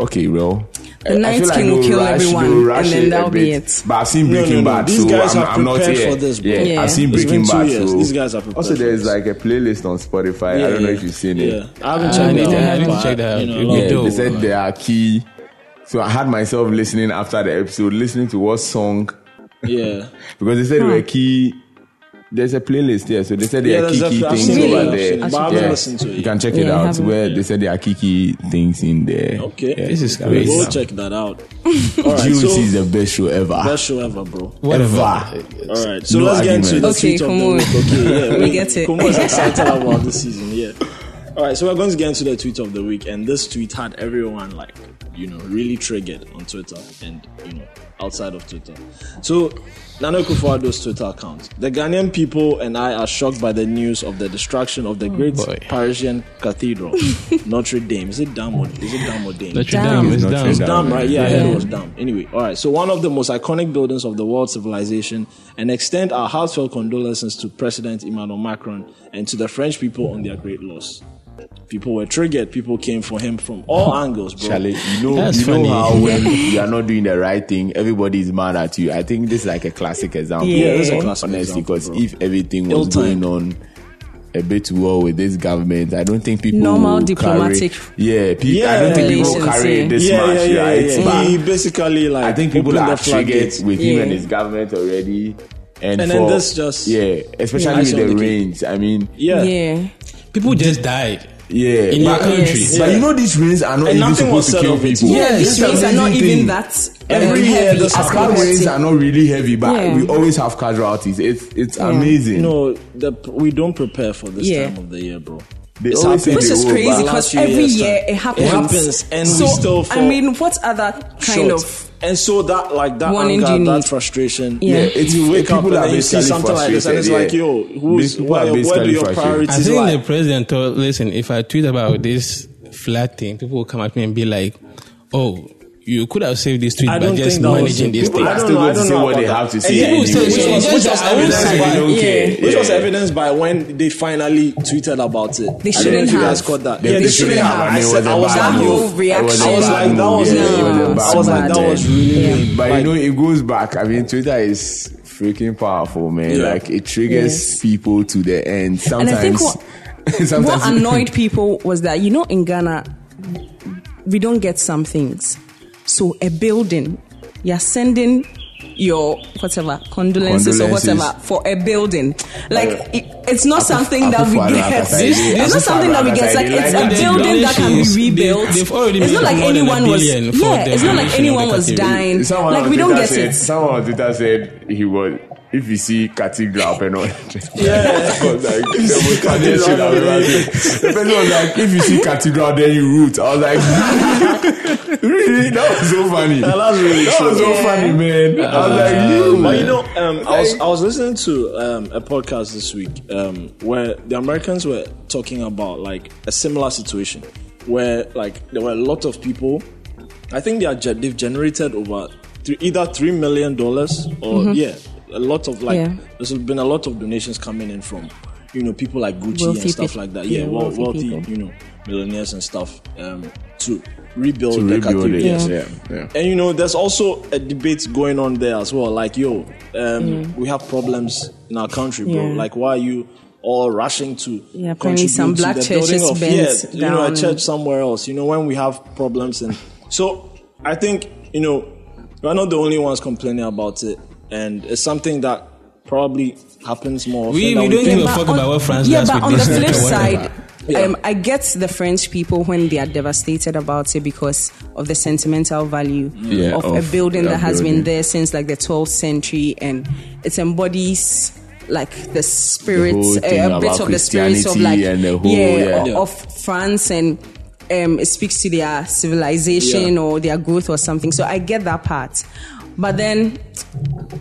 S4: okay, well.
S3: The
S4: I- I feel
S3: Night King
S4: they'll
S3: will kill
S4: rush-
S3: everyone,
S4: they'll rush
S3: and then
S4: it a
S3: that'll be
S4: bit.
S3: it.
S4: But I've seen
S2: No, no,
S4: Breaking
S2: no.
S4: Bad,
S2: These
S4: so
S2: guys
S4: I'm,
S2: have
S4: I'm not
S2: prepared
S4: here.
S2: for this, bro.
S4: yeah,
S3: Yeah.
S4: I've seen
S2: It's been
S4: Breaking
S2: two
S4: Bad.
S2: years.
S4: So
S2: These guys are prepared
S4: also,
S2: for
S4: there's
S2: this.
S4: like a playlist on Spotify. I
S2: Yeah,
S4: don't know
S2: yeah.
S4: if you've seen
S2: Yeah.
S4: it.
S2: I haven't
S1: I
S2: checked
S1: need
S2: that
S1: to- I
S2: out,
S1: need to
S2: but,
S1: check that out.
S2: you know,
S1: You
S2: a lot
S1: need
S2: of
S4: Yeah,
S1: Yo,
S4: they
S2: people-
S4: said they are key. So I had myself listening after the episode, listening to what song
S2: Yeah.
S4: because they said they were key. There's a playlist there, so they said there
S2: Yeah,
S4: are
S2: there's a-
S4: key key
S2: I've
S4: things
S2: seen
S3: it,
S4: over
S3: I've
S4: there.
S2: seen it, but I haven't listened to it
S4: You
S2: yet.
S4: can check
S3: Yeah,
S4: it
S3: I
S4: out
S3: haven't,
S4: where they said there are key key things in there.
S2: Okay.
S4: Yeah,
S1: This is
S4: it's
S1: crazy.
S2: Go
S4: amazing.
S2: check that out. All right.
S4: GOT is
S2: So,
S4: the best show ever.
S2: best show ever, bro.
S4: ever.
S2: All right, so
S4: No
S2: let's get into the
S4: argument.
S2: tweet of
S3: Okay,
S2: the
S3: Kumo.
S2: week. Okay,
S3: [LAUGHS]
S2: yeah,
S3: We get it.
S2: Kumo is excited about this season. Yeah. All right, so we're going to get into the tweet of the week, and this tweet had everyone like, you know, really triggered on Twitter and you know outside of Twitter. So Nana Kufado's Twitter account: The Ghanaian people and I are shocked by the news of the destruction of the
S3: Oh,
S2: great
S1: boy.
S2: Parisian
S3: [LAUGHS]
S2: cathedral, Notre Dame. Is it Dame? Or, is it Dame or Dame?
S1: Notre
S3: Damn.
S1: Dame is
S4: Notre
S1: down.
S4: Dame.
S2: Dam, right? Yeah, I heard
S3: Yeah.
S2: it was Dam. Anyway, all right. So one of the most iconic buildings of the world civilization, and extend our heartfelt condolences to President Emmanuel Macron and to the French people on their great loss. People were triggered. People came for him from
S4: [LAUGHS]
S2: all angles, bro.
S4: Charlie, you know,
S1: That's
S4: you know
S1: funny.
S4: how when you are not doing the right thing, everybody is mad at you. I think this is like a classic example.
S2: Yeah, this is a classic
S4: Honestly,
S2: example,
S4: because
S2: bro.
S4: if everything was
S2: Ill-timed.
S4: going on a bit well with this government, I don't think people
S3: Normal
S4: will
S3: diplomatic
S4: Carry, yeah, pe- I
S2: Yeah.
S4: don't think people will
S3: Relations,
S4: carry
S3: yeah.
S4: this
S2: yeah,
S4: much,
S2: yeah, yeah,
S4: right?
S2: yeah,
S4: But
S2: He basically like
S4: I think people
S2: opened
S4: are
S2: the floodgates.
S4: triggered with him
S3: Yeah.
S4: and his government already. And,
S2: And then
S4: for,
S2: this just-
S4: yeah, especially
S2: Yeah.
S4: with the
S2: Yeah.
S4: rains. I mean,
S2: Yeah.
S3: Yeah.
S1: People just died
S4: yeah,
S1: in your
S4: but,
S1: country.
S3: Yes.
S4: but you know these rains are not
S2: And
S4: even
S2: nothing was
S4: supposed to
S2: said
S4: kill
S2: of it.
S4: people.
S3: Yeah, these
S4: This is
S3: things are
S4: amazing
S3: not
S4: thing.
S3: even that
S2: Every
S3: um,
S2: year
S3: heavy
S2: there's
S3: as
S4: Asphalt
S3: compared
S4: rains
S3: to-
S4: are not really heavy, but
S3: Yeah.
S4: we always have casualties. It's it's amazing.
S2: No, the, we don't prepare for this
S3: Yeah.
S2: time of the year, bro.
S4: They
S2: It's
S4: always say
S2: happened.
S3: Which
S4: they
S3: is
S4: will,
S3: crazy
S2: last
S4: but-
S3: because
S2: few
S3: every
S2: years
S3: year
S2: time.
S3: it happens.
S2: It happens, and we
S3: so,
S2: still
S3: I
S2: fall
S3: mean, what other kind
S2: Short.
S3: of
S2: and so that like that
S3: warning do
S2: anger,
S3: you
S2: that
S3: need?
S2: frustration.
S3: Yeah.
S4: Yeah, it's
S2: you wake
S4: people
S2: up and
S4: are
S2: then you see
S4: basically
S2: something like this, and it's like,
S4: frustrated, yeah.
S2: yo, who's
S4: People are
S2: where, where do
S4: basically
S2: your
S4: frustrated.
S1: I
S2: priorities
S1: think
S2: lie?
S1: the president told, listen, if I tweet about this flat thing, people will come at me and be like, oh, you could have saved this tweet
S2: I
S1: by
S2: don't
S1: just
S2: think that was
S1: managing this
S2: people-
S1: thing.
S2: I don't
S4: still
S2: know. I
S4: going to
S2: don't
S4: say
S2: know
S4: what they
S2: about
S4: have to
S2: that.
S4: say
S2: Yeah,
S1: anyway.
S2: which
S1: Yeah.
S2: was-
S1: Yeah.
S2: which
S1: Yeah.
S2: was
S1: Yeah.
S2: evidenced
S3: Yeah.
S2: by-
S3: Yeah.
S2: Which was
S4: Yeah.
S2: evidenced by when they finally tweeted about it.
S3: They
S2: I don't know
S3: shouldn't
S2: if you guys
S3: have.
S2: caught that.
S4: They-
S2: yeah,
S4: they shouldn't have. I
S2: I,
S4: mean, it
S2: said,
S4: was a
S2: I was
S4: bad
S2: like,
S3: move.
S2: yo,
S3: whole reaction.
S2: I was like, that was,
S3: Yeah, it was a
S2: I
S3: bad
S2: was like,
S3: move,
S2: that was
S4: man.
S2: really.
S3: Yeah.
S2: lame.
S4: But
S2: Like,
S4: you know, it goes back. I mean, Twitter is freaking powerful, man.
S2: Yeah.
S4: Like it triggers
S3: Yes.
S4: people to the end.
S3: And
S4: Sometimes,
S3: I think what,
S4: [LAUGHS] sometimes
S3: what annoyed people was that, you know, in Ghana, we don't get some things. So a building, you're sending your whatever condolences, or whatever
S4: Condolences. Uh,
S3: for a building. Like
S4: Yeah.
S3: it, it's not something that we
S4: Akufo-Addo
S3: get.
S4: Akata Ide,
S3: It's not something that we get.
S4: Akufo-Addo
S3: Like
S4: Akata
S3: it's
S4: Ide,
S3: a
S4: like
S3: building that can
S1: They-
S3: be rebuilt.
S1: they've already
S3: It's
S1: made
S3: not like
S1: more than a
S3: anyone was.
S1: billion for
S3: Yeah,
S1: the
S3: it's not like
S1: renovation of
S3: anyone
S1: the
S3: was
S1: cathedral.
S3: dying.
S4: Someone
S3: Like
S4: on
S3: we don't
S4: Twitter
S3: get
S4: said,
S3: it.
S4: Someone on Twitter said he was. If you see cathedral
S3: [LAUGHS]
S4: open [LAUGHS] on, yeah, like, the most cathedral shit I've ever seen. The person was like, if you see cathedral, then you root. I was like, [LAUGHS] really? That was so funny.
S2: that's really
S4: that was so
S2: true.
S4: funny, man. I was like, you.
S2: But you know, um, I was I was listening to um, a podcast this week um, where the Americans were talking about like a similar situation where like there were a lot of people. I think they are ge- they've generated over three, either three million dollars or yeah, a lot of like
S3: Mm-hmm. Yeah.
S2: there's been a lot of donations coming in from you know people like Gucci
S3: Wealthy
S2: and stuff
S3: peop-
S2: like that. Yeah,
S3: yeah,
S2: well,
S3: wealthy
S2: wealthy,
S3: people.
S2: you know millionaires and stuff um, to rebuild
S4: To
S2: the
S4: rebuild it,
S2: cathedral.
S4: yes, Yeah. yeah.
S2: And you know, there's also a debate going on there as well. Like, yo, um, we have problems in our country, bro.
S3: Yeah.
S2: Like, why are you all rushing to
S3: Yeah, apparently
S2: contribute
S3: some black
S2: to the
S3: churches
S2: building of
S3: bent
S2: yeah, you know,
S3: down.
S2: a church somewhere else? You know, when we have problems, and so I think you know we're not the only ones complaining about it, and it's something that probably happens more. Often
S1: We-
S2: than
S1: we don't
S2: think.
S1: give a
S3: But
S1: fuck
S3: on-
S1: about what France
S3: yeah,
S1: does
S3: but
S1: with
S3: on
S1: this
S3: the flip
S1: or whatever.
S3: side, um, I get the French people when they are devastated about it because of the sentimental value
S4: Yeah,
S3: of,
S4: of
S3: a building
S4: that
S3: that, has
S4: building.
S3: been there since like the 12th century and it embodies like the spirit,
S4: whole thing
S3: uh, a bit
S4: about
S3: of the spirit of
S4: Christianity
S3: like
S4: and the whole-
S3: yeah,
S4: yeah.
S3: o- of France and. Um, it speaks to their civilization
S2: Yeah.
S3: or their growth or something. So I get that part, but then,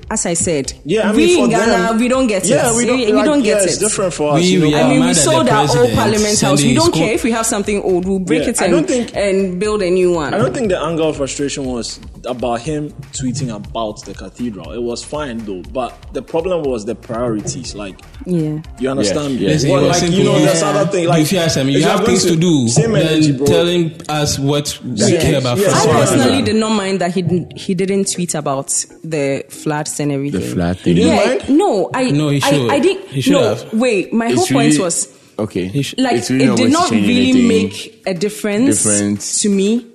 S3: as I said,
S2: Yeah, I mean,
S3: we
S2: for
S3: in Ghana
S2: them-
S3: we don't get
S2: yeah,
S3: it.
S2: we don't,
S3: we,
S2: like,
S3: don't get
S2: yeah,
S3: it.
S2: It's different for us.
S1: We-
S2: you know?
S1: we are
S3: I mean,
S1: mad
S3: we
S1: at the
S3: sold our old
S1: president
S3: parliament house.
S1: sending
S3: We
S1: his
S3: don't
S1: co-
S3: care if we have something old. We'll break
S2: Yeah,
S3: it
S2: I
S3: and,
S2: don't think-
S3: and build a new one.
S2: I don't think the anger of frustration was about him tweeting about the cathedral. It was fine though, but the problem was the priorities. Like,
S3: yeah.
S2: you understand me?
S4: yeah. Listen,
S2: Well,
S1: it was
S2: like, you
S1: simple.
S2: know, there's other thing. Like,
S1: you feel us, I mean,
S2: if
S1: you
S2: you're
S1: have
S2: going
S1: things to do
S2: Same energy,
S1: than
S2: bro.
S1: telling us what we
S2: Yeah.
S1: care about.
S2: Yeah.
S1: first.
S3: I
S2: Sorry,
S3: personally
S2: man.
S3: did not mind that he didn't, he didn't tweet about the floods and everything.
S4: flat thing.
S2: didn't
S3: yeah,
S2: mind?
S3: no, I
S1: No, he
S3: I,
S1: should.
S3: I didn't.
S1: He should
S3: no,
S1: have.
S3: wait. My whole point was
S4: okay.
S3: like
S4: It's really
S3: it did
S4: going to
S3: not
S4: change
S3: really
S4: anything.
S3: make a difference,
S4: Difference.
S3: to me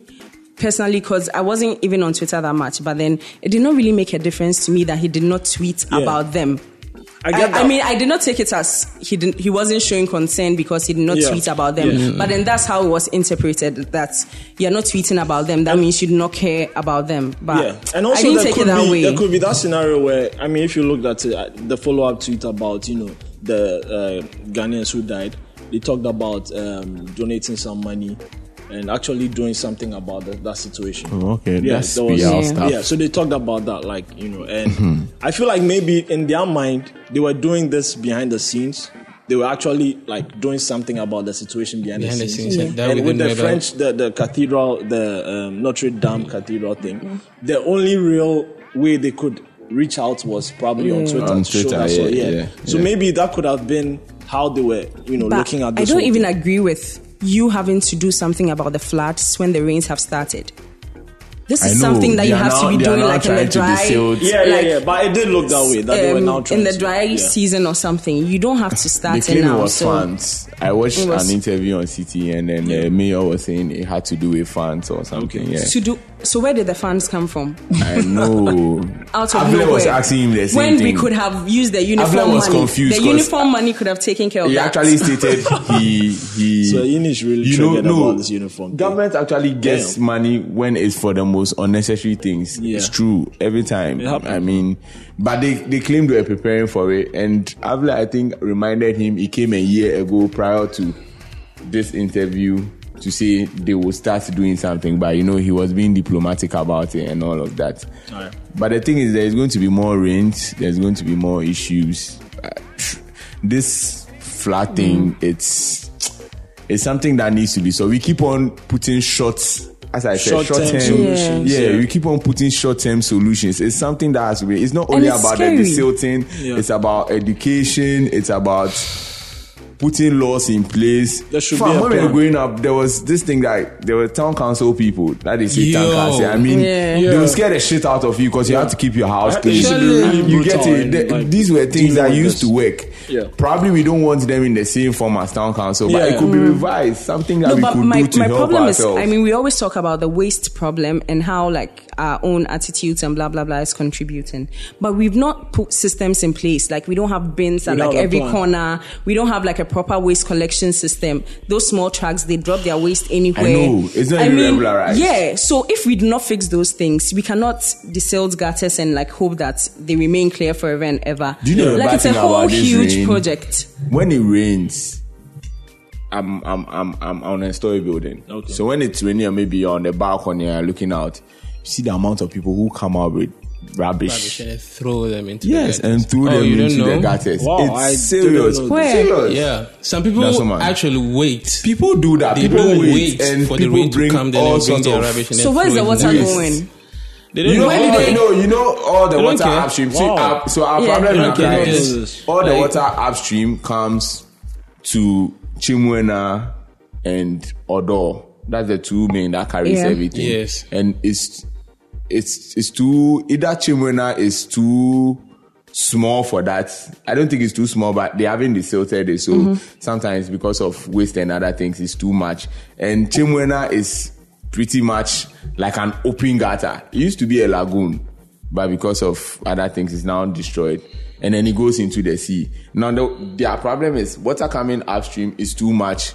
S3: personally because I wasn't even on Twitter that much. But then it did not really make a difference to me that he did not tweet
S2: Yeah.
S3: about them.
S2: I
S3: I,
S2: get that.
S3: I mean, I did not take it as he didn't. He wasn't showing concern because he did not
S2: Yeah.
S3: tweet about them.
S2: Yeah.
S3: But then that's how it was interpreted that you're not tweeting about them. That means you do not care about them. But
S2: yeah, and also
S3: I didn't
S2: there
S3: take
S2: could
S3: it that
S2: be
S3: way.
S2: there could be that scenario where I mean, if you looked at it, uh, the follow-up tweet about you know the uh, Ghanaians who died, they talked about um, donating some money and actually doing something about that, that situation.
S4: Oh, okay, that's
S2: there was-
S4: PR
S3: Yeah.
S4: stuff.
S2: Yeah, so they talked about that, like you know, and
S4: Mm-hmm.
S2: I feel like maybe in their mind they were doing this behind the scenes. They were actually like doing something about the situation behind,
S1: Behind
S2: the
S1: the
S2: scenes,
S1: scenes, and that we
S2: and with
S1: didn't
S2: the
S1: know about.
S2: French, the, the cathedral, the um, Notre Dame cathedral thing. The only real way they could reach out was probably on Twitter.
S4: On
S2: to show
S4: Twitter,
S2: that, so,
S4: yeah, yeah,
S2: So
S4: yeah.
S2: maybe that could have been how they were, you know,
S3: But
S2: looking at.
S3: I
S2: This
S3: don't
S2: whole
S3: even
S2: thing.
S3: agree with you having to do something about the floods when the rains have started. This
S4: I
S3: is
S4: know,
S3: something that
S4: they
S3: you
S4: are
S3: have
S4: now-
S3: to be
S4: they are
S3: doing
S4: now
S3: like in the
S4: trying to
S3: dry.
S4: distill-
S2: Yeah, yeah,
S3: like,
S2: yeah. But it did look that way. That they were
S3: um,
S2: now trying
S3: in the
S2: to-
S3: dry
S2: yeah.
S3: season or something. You don't have to
S4: They
S3: start it
S4: claim it
S3: now.
S4: was
S3: so
S4: fans. I watched
S3: It was-
S4: an interview on CTN and the mayor was saying it had to do with fans or something. Yeah.
S3: to do. So where did the funds come from?
S4: I know.
S3: [LAUGHS] Out of
S4: Afle
S3: nowhere.
S4: was asking him the same
S3: when we
S4: thing.
S3: could have used the uniform
S4: was
S3: money.
S4: confused
S3: the
S4: 'cause
S3: uniform money could have taken care of
S4: he
S3: that. [LAUGHS]
S4: actually stated he he.
S2: So Inish really triggered about this uniform thing.
S4: Government actually gets
S2: Damn.
S4: money when it's for the most unnecessary things.
S2: Yeah.
S4: It's true every time.
S2: happens.
S4: I mean, but they they claimed they were preparing for it, and Avila I think reminded him he came a year ago prior to this interview to say they will start doing something, but you know he was being diplomatic about it and all of that.
S2: Alright.
S4: But the thing is, there is going to be more rent. There's going to be more issues. Uh, This flat thing,
S3: Mm.
S4: it's it's something that needs to be. So we keep on putting shorts. As I said,
S2: Short-term
S4: short-term
S2: solutions,
S4: Yeah.
S2: yeah.
S4: we keep on putting short-term solutions. It's something that has to be. It's not only
S3: it's
S4: about
S3: scary.
S4: the desilting.
S2: Yeah.
S4: It's about education. It's about putting laws in place.
S2: There should
S4: Fam,
S2: be a
S4: when we were
S2: plan.
S4: growing up, there was this thing that there were town council people that they say town
S1: Yo.
S4: council. I mean,
S3: Yeah.
S4: they
S2: Yeah.
S4: will scare the shit out of you because you have to keep your house
S2: It
S4: clean.
S2: should be really
S4: you get
S2: brutal
S4: it.
S2: and,
S4: The-
S2: like,
S4: These were things that
S2: dealing with
S4: used to
S2: this.
S4: work.
S2: Yeah.
S4: Probably we don't want them in the same form as town council, but
S2: Yeah.
S4: it could be revised. Something that
S3: Mm. No,
S4: we
S3: but
S4: could
S3: my,
S4: do to
S3: my
S4: help
S3: problem is,
S4: ourselves.
S3: I mean, we always talk about the waste problem and how, like, our own attitudes and blah blah blah is contributing. But we've not put systems in place. Like we don't have bins at
S2: We don't
S3: like
S2: have a
S3: every
S2: plan.
S3: corner. We don't have like a proper waste collection system. Those small trucks they drop their waste anywhere.
S4: know. It's not even regularized.
S3: Yeah. So if we do not fix those things, we cannot desalt gutters and like hope that they remain clear forever and ever.
S4: Do you know the
S3: like
S4: bad
S3: it's a
S4: thing
S3: whole
S4: about this
S3: huge
S4: rain?
S3: project.
S4: when it rains, I'm I'm I'm I'm on a story building.
S2: Okay.
S4: So when it's raining, maybe you're on the balcony and you're looking out, you see the amount of people who come out with rubbish.
S1: Should I throw them into
S4: Yes,
S1: the gutters?
S4: and threw
S1: Oh,
S4: them
S1: you don't
S4: into the
S1: know?
S4: gutters.
S2: Wow,
S4: it's
S2: I
S4: serious.
S2: didn't know
S3: this.
S4: Serious.
S1: Yeah, some
S4: That's what
S1: people
S4: man-
S1: actually wait.
S4: People do that.
S1: They
S4: people
S1: don't
S4: wait,
S1: wait
S4: and
S1: for the
S4: people
S1: rain to
S4: bring
S1: come. Then
S4: all
S1: they bring
S4: sorts
S1: their
S4: of
S1: rubbish. And
S3: So
S1: then
S3: where's
S1: throw
S3: the
S1: it
S3: water
S1: in the-
S3: going?
S1: They don't
S4: You know,
S1: know.
S4: you don't
S1: They-
S4: know, you know all the
S1: don't
S4: water
S1: care.
S4: upstream. See,
S2: Wow.
S4: up, so our
S3: Yeah.
S4: problem
S1: They
S4: in
S1: don't care.
S4: Accra
S1: They
S4: is
S2: just-
S4: all the
S1: like-
S4: water upstream comes to Chimwena and Odo. That's the two main that carries
S3: Yeah.
S4: everything.
S1: Yes.
S4: and it's it's it's too either Chimwena is too small for that. I don't think it's too small, but they haven't desilted it. So sometimes because of waste and other things, it's too much. And Chimwena is pretty much like an open gutter. It used to be a lagoon, but because of other things, it's now destroyed. And then it goes into the sea. Now, the, their problem is water coming upstream is too much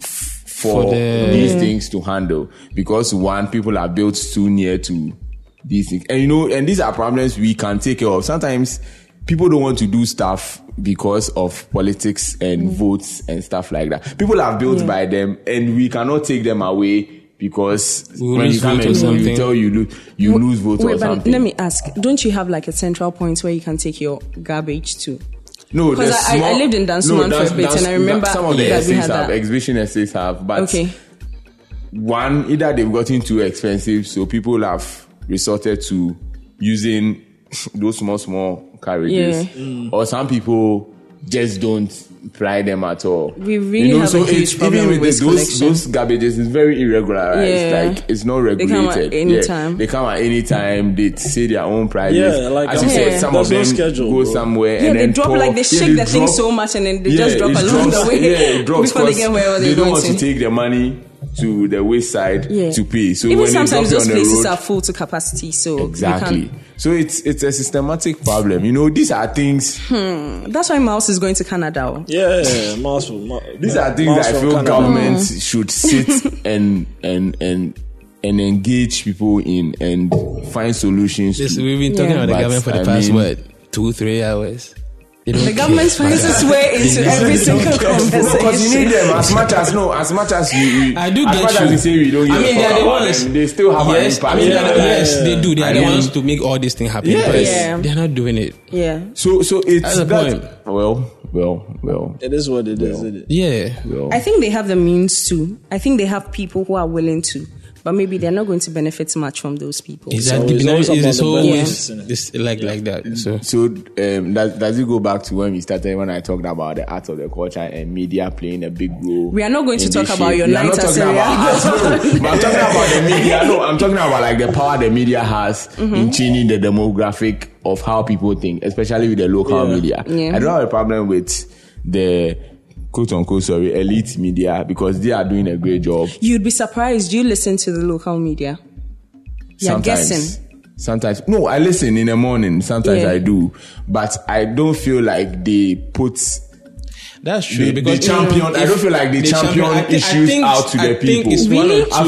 S4: for,
S1: For the-
S4: these things to handle because one people are built too near to these things and you know and these are problems we can take care of sometimes people don't want to do stuff because of politics and
S3: Mm.
S4: votes and stuff like that people are built by them and we cannot take them away because
S1: We will
S4: when you
S1: lose
S4: come
S1: vote or
S4: and you
S1: something.
S4: tell you lose you lose vote
S3: Wait,
S4: or
S3: but
S4: something
S3: let me ask. Don't you have like a central point where you can take your garbage to?
S4: No,
S3: 'Cause
S4: the
S3: I- I- I
S4: small-
S3: lived in Dansuman for a
S4: Dans-
S3: bit and
S4: Dans-
S3: I remember
S4: some of the
S3: that we
S4: essays
S3: had
S4: have
S3: that.
S4: exhibition essays have, but
S3: Okay.
S4: one either they've gotten too expensive, so people have resorted to using [LAUGHS] those small small carriages,
S3: Yeah. Mm.
S4: or some people just don't ply them at all.
S3: We really have a huge problem with waste
S4: those
S3: collection.
S4: those garbages is very irregularized.
S3: Yeah.
S4: Like it's not
S3: They come at
S4: regulated.
S3: any
S4: Yeah.
S3: time.
S4: They come at any time. They say their own prices.
S2: Yeah, like
S4: as
S2: I'm
S4: you said,
S3: saying,
S4: some of
S2: there's no
S4: them
S2: schedule,
S4: go
S2: bro.
S4: somewhere
S3: Yeah,
S4: and
S3: they
S4: then
S3: drop
S4: pour-
S3: like they
S4: Yeah,
S3: shake the thing
S4: drop-
S3: so much and then they
S4: yeah,
S3: just drop
S4: it
S3: along
S4: drops-
S3: the way [LAUGHS]
S4: Yeah, it drops
S3: before they
S4: 'cause
S3: get wherever they're
S4: they don't
S3: going
S4: want
S3: to.
S4: to take their money to the waste side
S3: Yeah.
S4: to pay. So
S3: Even
S4: when they drop
S3: sometimes
S4: you
S3: those
S4: on the
S3: places
S4: road,
S3: are full to capacity, so you
S4: exactly.
S3: can't-
S4: So it's it's a systematic problem. You know, these are things.
S3: That's why Mouse is going to Canada. oh.
S2: Yeah, yeah, mouse from Mou-
S4: These
S2: yeah,
S4: are things
S2: mouse
S4: that
S2: from
S4: I feel
S2: Canada.
S4: government
S3: Mm. [LAUGHS]
S4: should sit and and and and engage people in and find solutions.
S1: This,
S4: to.
S1: we've been talking
S3: Yeah.
S1: about the
S4: But,
S1: government for the
S4: I
S1: past
S4: mean-
S1: what two, three hours. They don't
S3: The government's
S1: care.
S3: finances way
S4: [LAUGHS]
S3: into every single
S4: No, because you need
S3: conversation.
S4: them as much as no, as much as you. you
S1: I do
S4: as
S1: get
S4: much
S1: you.
S4: As we say we don't give
S1: I mean,
S4: a
S1: they
S4: fuck
S1: are the
S4: about
S1: ones.
S4: them, They still have
S1: yes,
S4: an impact.
S1: I mean, they are the-
S2: Yeah.
S1: yes, they do. They are
S4: I
S1: the
S4: mean-
S1: ones to make all these things happen.
S4: Yeah.
S1: But
S3: Yeah.
S1: they're not doing it.
S3: Yeah.
S4: So, so it's
S1: That's the
S4: that-
S1: point.
S4: Well, well, well.
S2: It is what it is, isn't it?
S1: Yeah.
S3: I think they have the means to. I think they have people who are willing to, but maybe they're not going to benefit much from those people.
S1: Exactly.
S2: always- always
S1: It's
S2: about
S1: it's
S2: the
S1: always
S2: benefits, innit?
S1: this, like like
S4: Mm.
S1: that. So
S4: So, um, does, does it go back to when we started when I talked about the art of the culture and media playing a big role?
S3: We are not going to
S4: in
S3: talk
S4: this
S3: about
S4: shit?
S3: your
S4: We are not
S3: night at
S4: talking
S3: Serie A.
S4: about
S3: [LAUGHS]
S4: us, no. But I'm talking about the media. No, I'm talking about like the power the media has
S3: Mm-hmm.
S4: in changing the demographic of how people think, especially with the local media.
S3: Yeah.
S4: I don't have a problem with the quote unquote sorry elite media because they are doing a great job.
S3: You'd be surprised. You listen to the local media. You're
S4: sometimes.
S3: guessing.
S4: Sometimes no, I listen in the morning. Sometimes
S3: Yeah.
S4: I do, but I don't feel like they put
S1: that's true.
S4: the, the
S1: because
S4: champion. I don't feel like they
S1: the
S4: champion,
S1: champion- I thi- I
S4: issues
S1: think-
S4: out to
S1: I
S4: the
S1: think
S4: people.
S1: it's one
S3: Really?
S4: I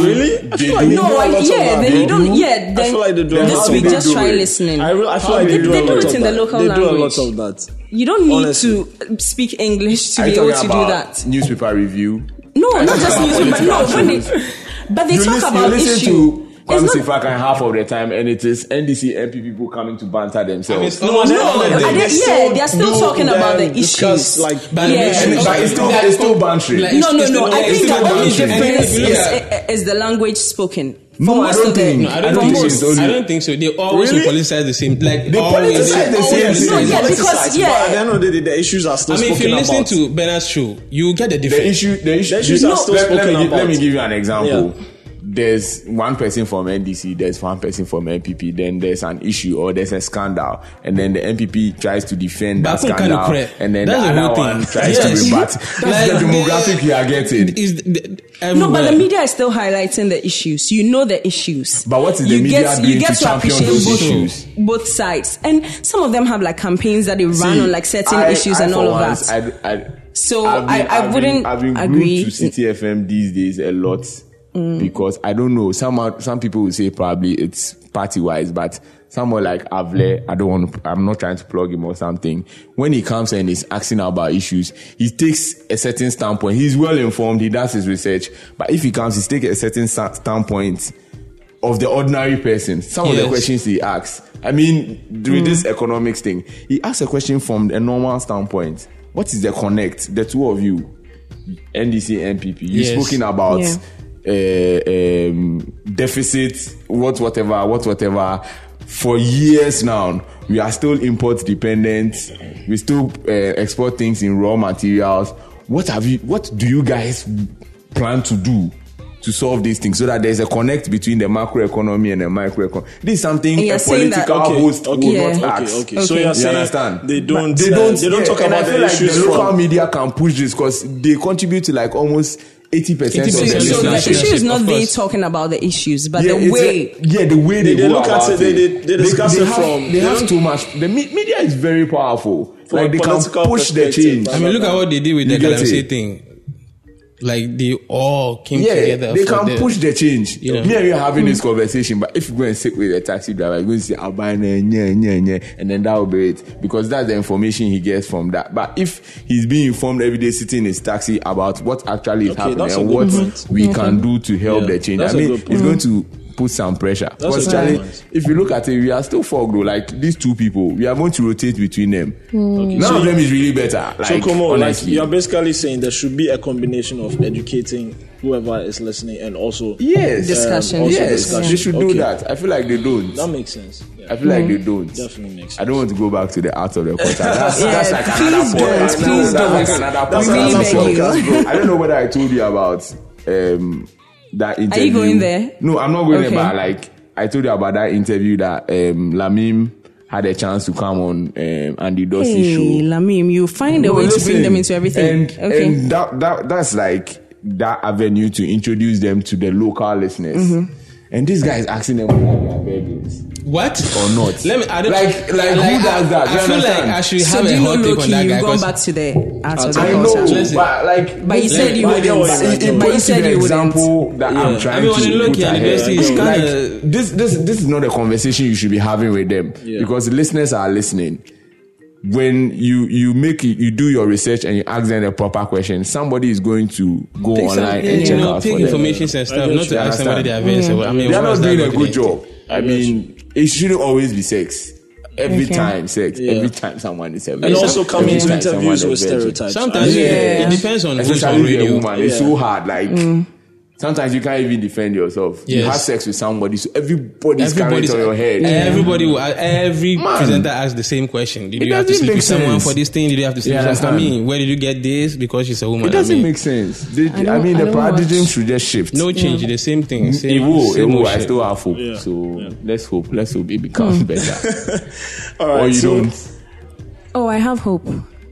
S4: feel- They do.
S3: no, I, yeah, then you don't. Yeah, then
S2: I feel like they do a lot
S3: this
S2: of
S3: week
S2: that.
S3: just
S4: They
S3: try
S4: do it.
S3: listening.
S2: I, re- I feel like
S3: they,
S2: Oh, they, do, a lot
S3: do
S2: of
S3: it in the
S2: that.
S3: local
S2: they
S3: language.
S2: do a lot of that.
S3: You don't need
S2: Honestly.
S3: to uh, speak English to
S4: Are
S3: be
S4: you
S3: able to
S4: talking
S3: do
S4: about
S3: that.
S4: Newspaper review.
S3: No, not
S4: talking
S3: just newspaper.
S4: about political
S3: No, when
S4: issues.
S3: they, but they
S4: you
S3: talk
S4: listen,
S3: about
S4: you listen
S3: issue.
S4: to Kwame
S3: It's not-
S4: Sifaka half of the time, and it is NDC MP people coming to banter themselves.
S1: No, no,
S3: no,
S1: no.
S3: I didn't- yeah, they are still talking about the
S2: Discuss,
S3: issues. Oh,
S2: like,
S1: But
S3: Yeah.
S1: it's-
S4: And it's, but it's still,
S1: Like,
S4: it's still bantering.
S1: like,
S3: No, no,
S1: It's
S3: no.
S1: not-
S3: I
S1: it's
S3: think the
S1: not
S3: only
S1: bantering.
S3: difference
S1: And if you
S3: is,
S1: look
S3: is the language spoken.
S4: No,
S3: For
S4: I
S3: most
S4: don't
S3: of the-
S4: think-
S1: No, I don't,
S4: For
S1: think,
S4: most.
S1: so. I don't think so. They always
S4: Really?
S1: will politicize the same. Like
S4: They
S1: always.
S4: politicize the same
S3: always-
S4: thing.
S3: no, yeah,
S2: Politicize,
S3: because-
S2: but
S3: yeah.
S2: at the end of the day, the issues are still
S1: I mean, if you
S2: spoken
S1: listen
S2: about.
S1: to Bernard's show, you get the
S4: the
S1: difference.
S4: issue, the issue,
S2: The issues are still
S4: let, let
S2: spoken
S4: me, gi-
S2: about.
S4: Let me give you an example. there's one person from NDC, there's one person from MPP, then there's an issue or there's a scandal, and then the MPP tries to defend that
S1: Baako
S4: scandal,
S1: can't pray.
S4: and then
S1: That's
S4: the
S1: the
S4: other
S1: whole
S4: one
S1: thing.
S4: tries
S1: Yes.
S4: to rebut. That's
S1: Like,
S4: the demographic
S1: they-
S4: you are getting.
S1: Is the,
S3: No, but
S1: everywhere.
S3: the media is still highlighting the issues. You know the issues.
S4: But what is the media doing to champion those
S3: both,
S4: issues?
S3: both sides, and some of them have like campaigns that they run on like certain
S4: I-
S3: issues
S4: I,
S3: and
S4: for
S3: all of
S4: once,
S3: that.
S4: I, I,
S3: So
S4: I've been-
S3: I- I
S4: I've been-
S3: wouldn't
S4: I've been
S3: agree.
S4: glued to CTFM these days a lot because I don't know. Some some people will say probably it's party wise, but someone like Avle, I don't want. To, I'm not trying to plug him or something. When he comes and is asking about issues, he takes a certain standpoint. He's well informed. He does his research, but if he comes, he's taking a certain sta- standpoint of the ordinary person. Some of the
S1: Yes.
S4: questions he asks. I mean, with this economics thing, he asks a question from a normal standpoint. What is the connect? The two of you, NDC, MPP. You've
S1: Yes.
S4: spoken about
S3: Yeah.
S4: uh, um, deficit, what, whatever, what, whatever. For years now, we are still import dependent. We still uh, export things in raw materials. What have you? What do you guys plan to do to solve these things so that there's a connect between the macroeconomy and the microeconomy? This is something
S3: And you're
S4: a
S3: saying that-
S4: political
S3: Okay,
S4: host
S2: okay,
S4: will
S3: yeah.
S4: not
S2: okay,
S4: ask.
S2: okay. So
S3: Okay.
S2: you're
S3: You
S2: saying
S4: understand?
S2: they don't
S4: They
S2: uh,
S4: don't.
S2: they don't
S4: yeah,
S2: talk
S4: and I
S2: about
S4: feel
S2: the
S4: like
S2: issues
S4: The local
S2: from
S4: media can push this because they contribute to like almost eighty percent of the
S1: 80%
S3: So,
S1: of
S3: so the
S1: Relationship,
S3: issue is not
S1: of
S3: they
S1: course.
S3: talking about the issues, but the
S4: it's
S3: way.
S4: a- yeah, the way they,
S2: They- they
S4: go
S2: look at
S4: about
S2: it, they- they- they discuss it
S4: have,
S2: from-
S4: They
S2: they
S4: have
S2: don't-
S4: too much. The me- media is very powerful.
S2: From
S4: like
S2: a
S4: they can
S2: political
S4: push the
S2: perspective,
S4: change.
S1: I mean, look at what they did with
S4: You
S1: the
S4: get
S1: Calamity
S4: it?
S1: thing. Like they all came
S4: yeah,
S1: together.
S4: they
S1: for
S4: can
S1: the-
S4: push the change.
S1: You know.
S4: Me and you are having this conversation, but if you go and sit with a taxi driver, you're going to say, Abana, nye, nye, nye, and then that will be it. Because that's the information he gets from that. But if he's being informed every day sitting in his taxi about what actually is
S2: Okay,
S4: happening
S2: that's a
S4: and
S2: good
S4: what
S2: point. Mm-hmm.
S4: we can do to help
S2: Yeah,
S4: the change, I
S2: that's a
S4: mean,
S2: good
S4: it's going to put some pressure.
S2: That's a
S4: Because
S2: good
S4: Charlie,
S2: point.
S4: if you look at it, we are still fogged though. Like these two people, we are going to rotate between them. None
S2: Mm. So
S4: of
S2: you-
S4: them is really better. Like,
S2: so come on, like
S4: honestly.
S2: you're basically saying there should be a combination of educating whoever is listening and also
S4: Yes.
S3: Discussion.
S2: Um, also
S4: Yes,
S2: discussion.
S4: they should do
S2: Okay.
S4: that. I feel like they don't.
S2: That makes sense. Yeah.
S4: I feel like
S3: Hmm.
S4: they don't.
S2: Definitely makes
S4: I don't want to go back to the art of the
S2: [LAUGHS]
S4: quarter. That's,
S3: Yeah,
S4: that's like another
S3: please
S4: podcast.
S3: don't, please
S4: That's
S3: don't.
S4: like another
S3: That's
S4: podcast.
S3: really
S4: That's
S3: beg you.
S4: podcast, bro. I don't know whether I told you about um, that interview.
S3: going there?
S4: No, I'm not going
S3: Okay.
S4: there. But like I told you about that interview that um, Lamim had a chance to come on um, Andy Dorsey's show.
S3: Hey, Lamim, you find a
S4: No,
S3: way to
S4: listen,
S3: bring them into everything.
S4: And,
S3: okay.
S4: and that, that that's like that avenue to introduce them to the local listeners.
S3: Mm-hmm.
S4: And this guy is asking them what their verb is
S1: What
S4: or not.
S1: Let me. I don't,
S4: Like- like, who does that?
S1: I,
S4: You
S1: I feel like
S4: understand?
S1: I should
S3: so
S1: have
S3: do
S1: a
S3: you know,
S1: hot take on
S3: Loki,
S1: that guy.
S3: you've gone
S1: 'cause-
S3: back to the art of the
S4: I know,
S3: culture.
S1: Listen.
S4: but like,
S3: But you
S4: this-
S3: said you
S4: but
S3: wouldn't.
S4: It, it
S3: But you
S4: goes to
S3: said
S4: the
S3: you wouldn't.
S4: example that I'm trying
S1: I mean,
S4: to
S1: when you look
S4: put
S1: at it,
S4: ahead.
S1: it's- it's
S4: Like,
S1: kinda-
S4: this, this, this is not a conversation you should be having with them
S2: Yeah.
S4: because listeners are listening. When you you make you do your research and you ask them the proper question, somebody is going to go
S1: Take some-
S4: online
S1: you
S4: and check
S1: know,
S4: out
S1: take
S4: for them.
S1: information and stuff.
S2: guess
S1: Not
S4: you
S1: to ask somebody their
S4: understand.
S1: verse. I mean,
S4: They are
S1: what
S4: not
S1: was
S4: doing
S1: that
S4: a
S1: document?
S4: good job. I mean, it shouldn't always be sex. Every time sex,
S2: Yeah.
S4: every time someone is a virgin.
S2: And also come
S4: Every
S2: into
S4: time someone
S2: interviews
S4: is
S2: with
S4: a virgin.
S2: stereotypes.
S1: Sometimes
S2: I mean,
S1: it, it depends on who's on
S4: Especially if you're a
S1: radio.
S4: woman, it's
S2: Yeah.
S4: so hard. Like sometimes you can't even defend yourself. You
S1: Yes.
S4: have sex with somebody, so everybody's,
S1: Everybody's
S4: carrying it on your head.
S1: Everybody will. Every
S4: Man.
S1: presenter asks the same question. Did
S4: It
S1: you have to
S4: doesn't
S1: sleep
S4: make
S1: with someone
S4: sense.
S1: for this thing? Did you have to sleep
S4: Yeah,
S1: with someone? I
S4: understand.
S1: mean, where did you get this? Because she's a woman.
S4: It doesn't
S1: I mean,
S4: make sense. They- I,
S5: don't-
S4: mean, the
S5: I don't watch.
S4: paradigm should just shift. Mm,
S1: no change. The same thing.
S4: it
S1: Same,
S4: will. It
S1: same
S4: will.
S1: old
S4: I
S1: shit.
S4: still have hope.
S2: Yeah.
S4: So let's hope. Let's hope it becomes better.
S2: [LAUGHS] All
S4: or
S2: right,
S4: you
S2: so-
S4: don't.
S3: oh, I have hope.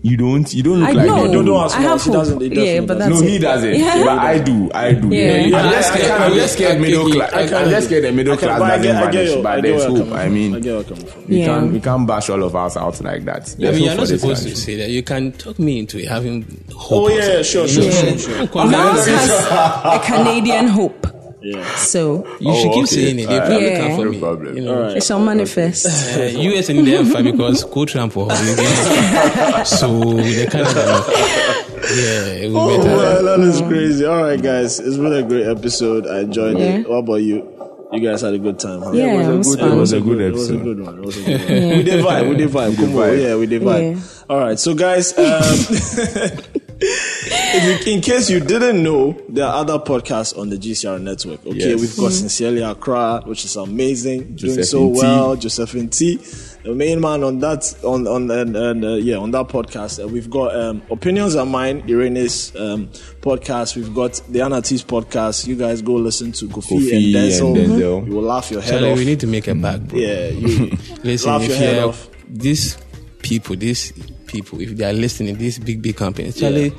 S4: You don't. You don't look
S3: I
S4: like
S3: know.
S4: you
S2: don't- don't ask
S3: I have
S2: Loki,
S3: hope.
S2: doesn't- he
S3: yeah,
S2: definitely
S3: but
S2: doesn't.
S3: that's
S4: No, he
S3: it.
S4: doesn't.
S3: [LAUGHS] Yeah.
S4: But I do. I do.
S3: Yeah. Yeah,
S4: I'm
S2: I-
S4: just
S2: I-
S4: scared.
S2: I-
S4: I'm just scared.
S1: I-
S4: Middle
S1: I-
S4: class.
S1: I-
S4: I'm just scared. The middle
S2: I can-
S4: class
S2: but I
S4: doesn't
S2: get, I get
S4: vanish.
S2: your, I
S4: But
S2: get
S4: there's
S2: where you're
S4: hope.
S2: coming
S4: I
S2: from. I
S4: mean,
S2: get where you're coming from.
S4: we
S3: Yeah.
S4: can we can bash all of us out like that. There's
S1: I mean,
S4: hope
S1: you're
S4: for
S1: not
S4: this
S1: supposed to
S4: country.
S1: say that. You can talk me into having hope.
S2: Oh yeah, sure, sure, sure,
S4: [LAUGHS]
S2: sure.
S4: Oh,
S1: You
S3: Ours has a Canadian hope.
S2: Yeah.
S3: So
S1: should
S4: Oh, okay.
S1: keep saying it. They
S4: Alright.
S1: probably
S3: Yeah.
S1: come for
S4: No
S1: me.
S4: problem.
S1: You know?
S2: All right.
S3: it shall manifest.
S1: Uh, US in there far because co Trump or
S4: [LAUGHS]
S1: so they kind of yeah it will be
S2: Oh,
S1: better.
S2: well, that is crazy. All right, guys, it's been a great episode. I enjoyed it.
S3: Yeah.
S2: What about you? You guys had a good time. Huh?
S3: Yeah, Yeah, it was it was good- fun.
S4: it was a good
S2: It was a
S4: episode.
S2: good one. It was a
S3: [LAUGHS]
S2: good one. We did vibe. We did vibe. Come on.
S4: vibe.
S2: Yeah, we did vibe. All right, so guys, um, [LAUGHS] if you, in case you didn't know, there are other podcasts on the GCR network. Okay,
S4: Yes.
S2: we've got Sincerely Accra, which is amazing, doing so
S4: Josephine T.
S2: well. Josephine T. the main man on that on on and, and uh, yeah on that podcast. Uh, we've got um, opinions are mine, Irene's um, podcast. We've got the Anatis podcast. You guys go listen to Kofi,
S4: Kofi
S2: and
S4: and
S2: Denzel.
S4: Denzel.
S2: You will laugh your head
S1: Charlie,
S2: off.
S1: we need to make a bag. Bro.
S2: yeah,
S4: [LAUGHS]
S2: you
S1: Listen,
S2: laugh
S1: if
S2: your head
S1: you're-
S2: off.
S1: these people, these people, if they are listening, these big big companies, Charlie.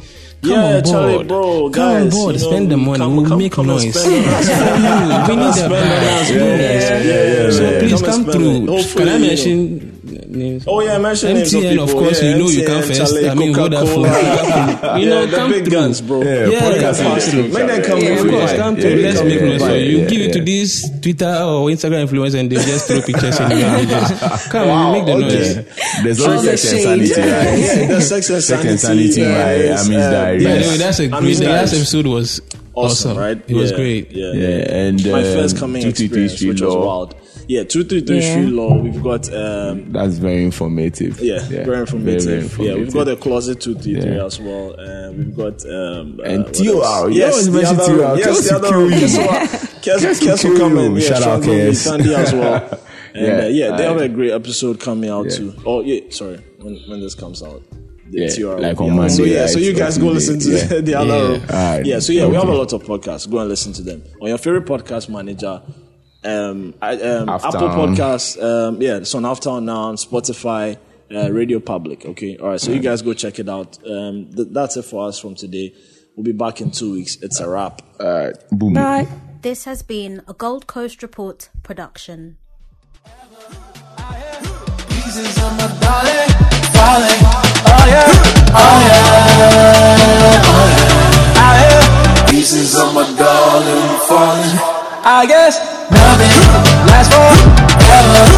S1: Come
S2: Yeah,
S1: on board,
S2: Charlie, bro,
S1: Come on
S2: guys,
S1: board,
S2: you know,
S1: spend the money.
S2: come-
S1: we'll
S2: come-
S1: make
S2: come and
S1: noise.
S2: spend
S1: [LAUGHS]
S2: on us.
S1: It's for you. we
S2: Come and
S1: need a
S2: spend on us,
S1: bag.
S2: bro.
S1: Yeah,
S2: Yeah, yeah, yeah, yeah.
S1: So please
S2: Come and
S1: come,
S2: spend on it.
S1: through.
S2: Hopefully,
S1: Can I
S2: you know.
S1: mention names?
S2: Oh yeah, mention names of
S1: MTN,
S2: people.
S1: of course,
S2: yeah,
S1: you know you
S2: MTN,
S1: come first.
S2: Charlie,
S1: I mean,
S2: Coca-Cola.
S1: Vodafone. you know,
S2: [LAUGHS] yeah,
S1: come
S2: the big
S1: through.
S2: guns, bro.
S4: Yeah,
S1: Yeah,
S4: podcast
S1: yeah.
S4: is true.
S2: Make them come with
S4: Yeah,
S1: Yeah, of
S2: you.
S1: course,
S2: Yeah,
S1: come
S4: yeah,
S1: to
S4: yeah,
S1: let's
S4: come
S1: make
S4: with
S1: noise
S4: it.
S1: for you.
S4: Yeah,
S1: give it to
S4: yeah.
S1: these Twitter or Instagram influencers and they just throw pictures in
S2: [LAUGHS]
S1: your videos. Come,
S4: Wow,
S1: make the
S4: okay.
S1: noise.
S4: There's
S3: All
S4: also
S3: the
S4: sex and sanity,
S3: shade.
S2: Yeah,
S4: right? [LAUGHS]
S2: yeah, the sex and
S4: Sex
S2: sanity,
S4: and sanity, right?
S2: yeah,
S4: I mean,
S2: uh,
S4: diary.
S1: By
S4: Yes.
S1: the way, that's a
S2: I
S1: great.
S2: mean,
S1: The last
S2: guys,
S1: episode was
S2: awesome,
S1: awesome,
S2: right?
S1: It was
S2: Yeah,
S1: great.
S2: Yeah,
S4: Yeah, and,
S2: my
S4: um,
S2: first coming
S4: 233
S2: experience, which
S4: Law.
S2: was wild. Yeah, two three three
S3: Yeah.
S2: street law. We've got um,
S4: That's very informative.
S2: yeah, very, informative. Yeah,
S4: very
S2: we've
S4: informative.
S2: got the closet two three three
S4: Yeah.
S2: as well. Uh, we've got um, uh,
S4: And
S2: what
S4: Tio
S2: else?
S4: out. You
S2: Yes,
S4: always
S2: the
S4: mention
S2: other
S4: Tio
S2: room.
S4: out.
S2: Yes,
S4: Kes
S2: the
S4: will
S2: other
S4: kill
S2: room.
S4: you.
S2: Kes
S4: Kes
S2: Kes
S4: will
S2: will
S4: kill
S2: come in.
S4: you.
S2: Yeah,
S4: Shout out,
S2: Shango will be
S4: Kes.
S2: Sunday as
S4: [LAUGHS]
S2: well. And yeah,
S4: Yeah,
S2: uh, yeah they
S4: I-
S2: have a great episode coming out
S4: Yeah.
S2: too. Oh yeah, sorry, when when this comes out. The
S4: Yeah,
S2: TR will
S4: like
S2: be
S4: on
S2: out.
S4: Monday,
S2: So yeah,
S4: right?
S2: so you guys go
S4: Monday,
S2: listen to
S4: yeah.
S2: [LAUGHS] the other
S1: Yeah.
S2: room.
S4: Alright,
S2: Yeah, so yeah, we have a
S4: okay.
S2: lot of podcasts. Go and listen to them on your favorite podcast manager. Um, I, um,
S4: Halftime.
S2: Apple Podcasts. Um, yeah, it's on Halftime now on Spotify, uh, Radio Public. Okay, all right. So you guys go check it out. Um, th- that's it for us from today. We'll be back in two weeks. It's a wrap.
S4: Uh, boom.
S3: Bye.
S7: This has been a Gold Coast Report production.
S8: Pieces of my dolly falling. Oh yeah, oh yeah, oh yeah. I have pieces of my darling falling. I guess nothing lasts forever.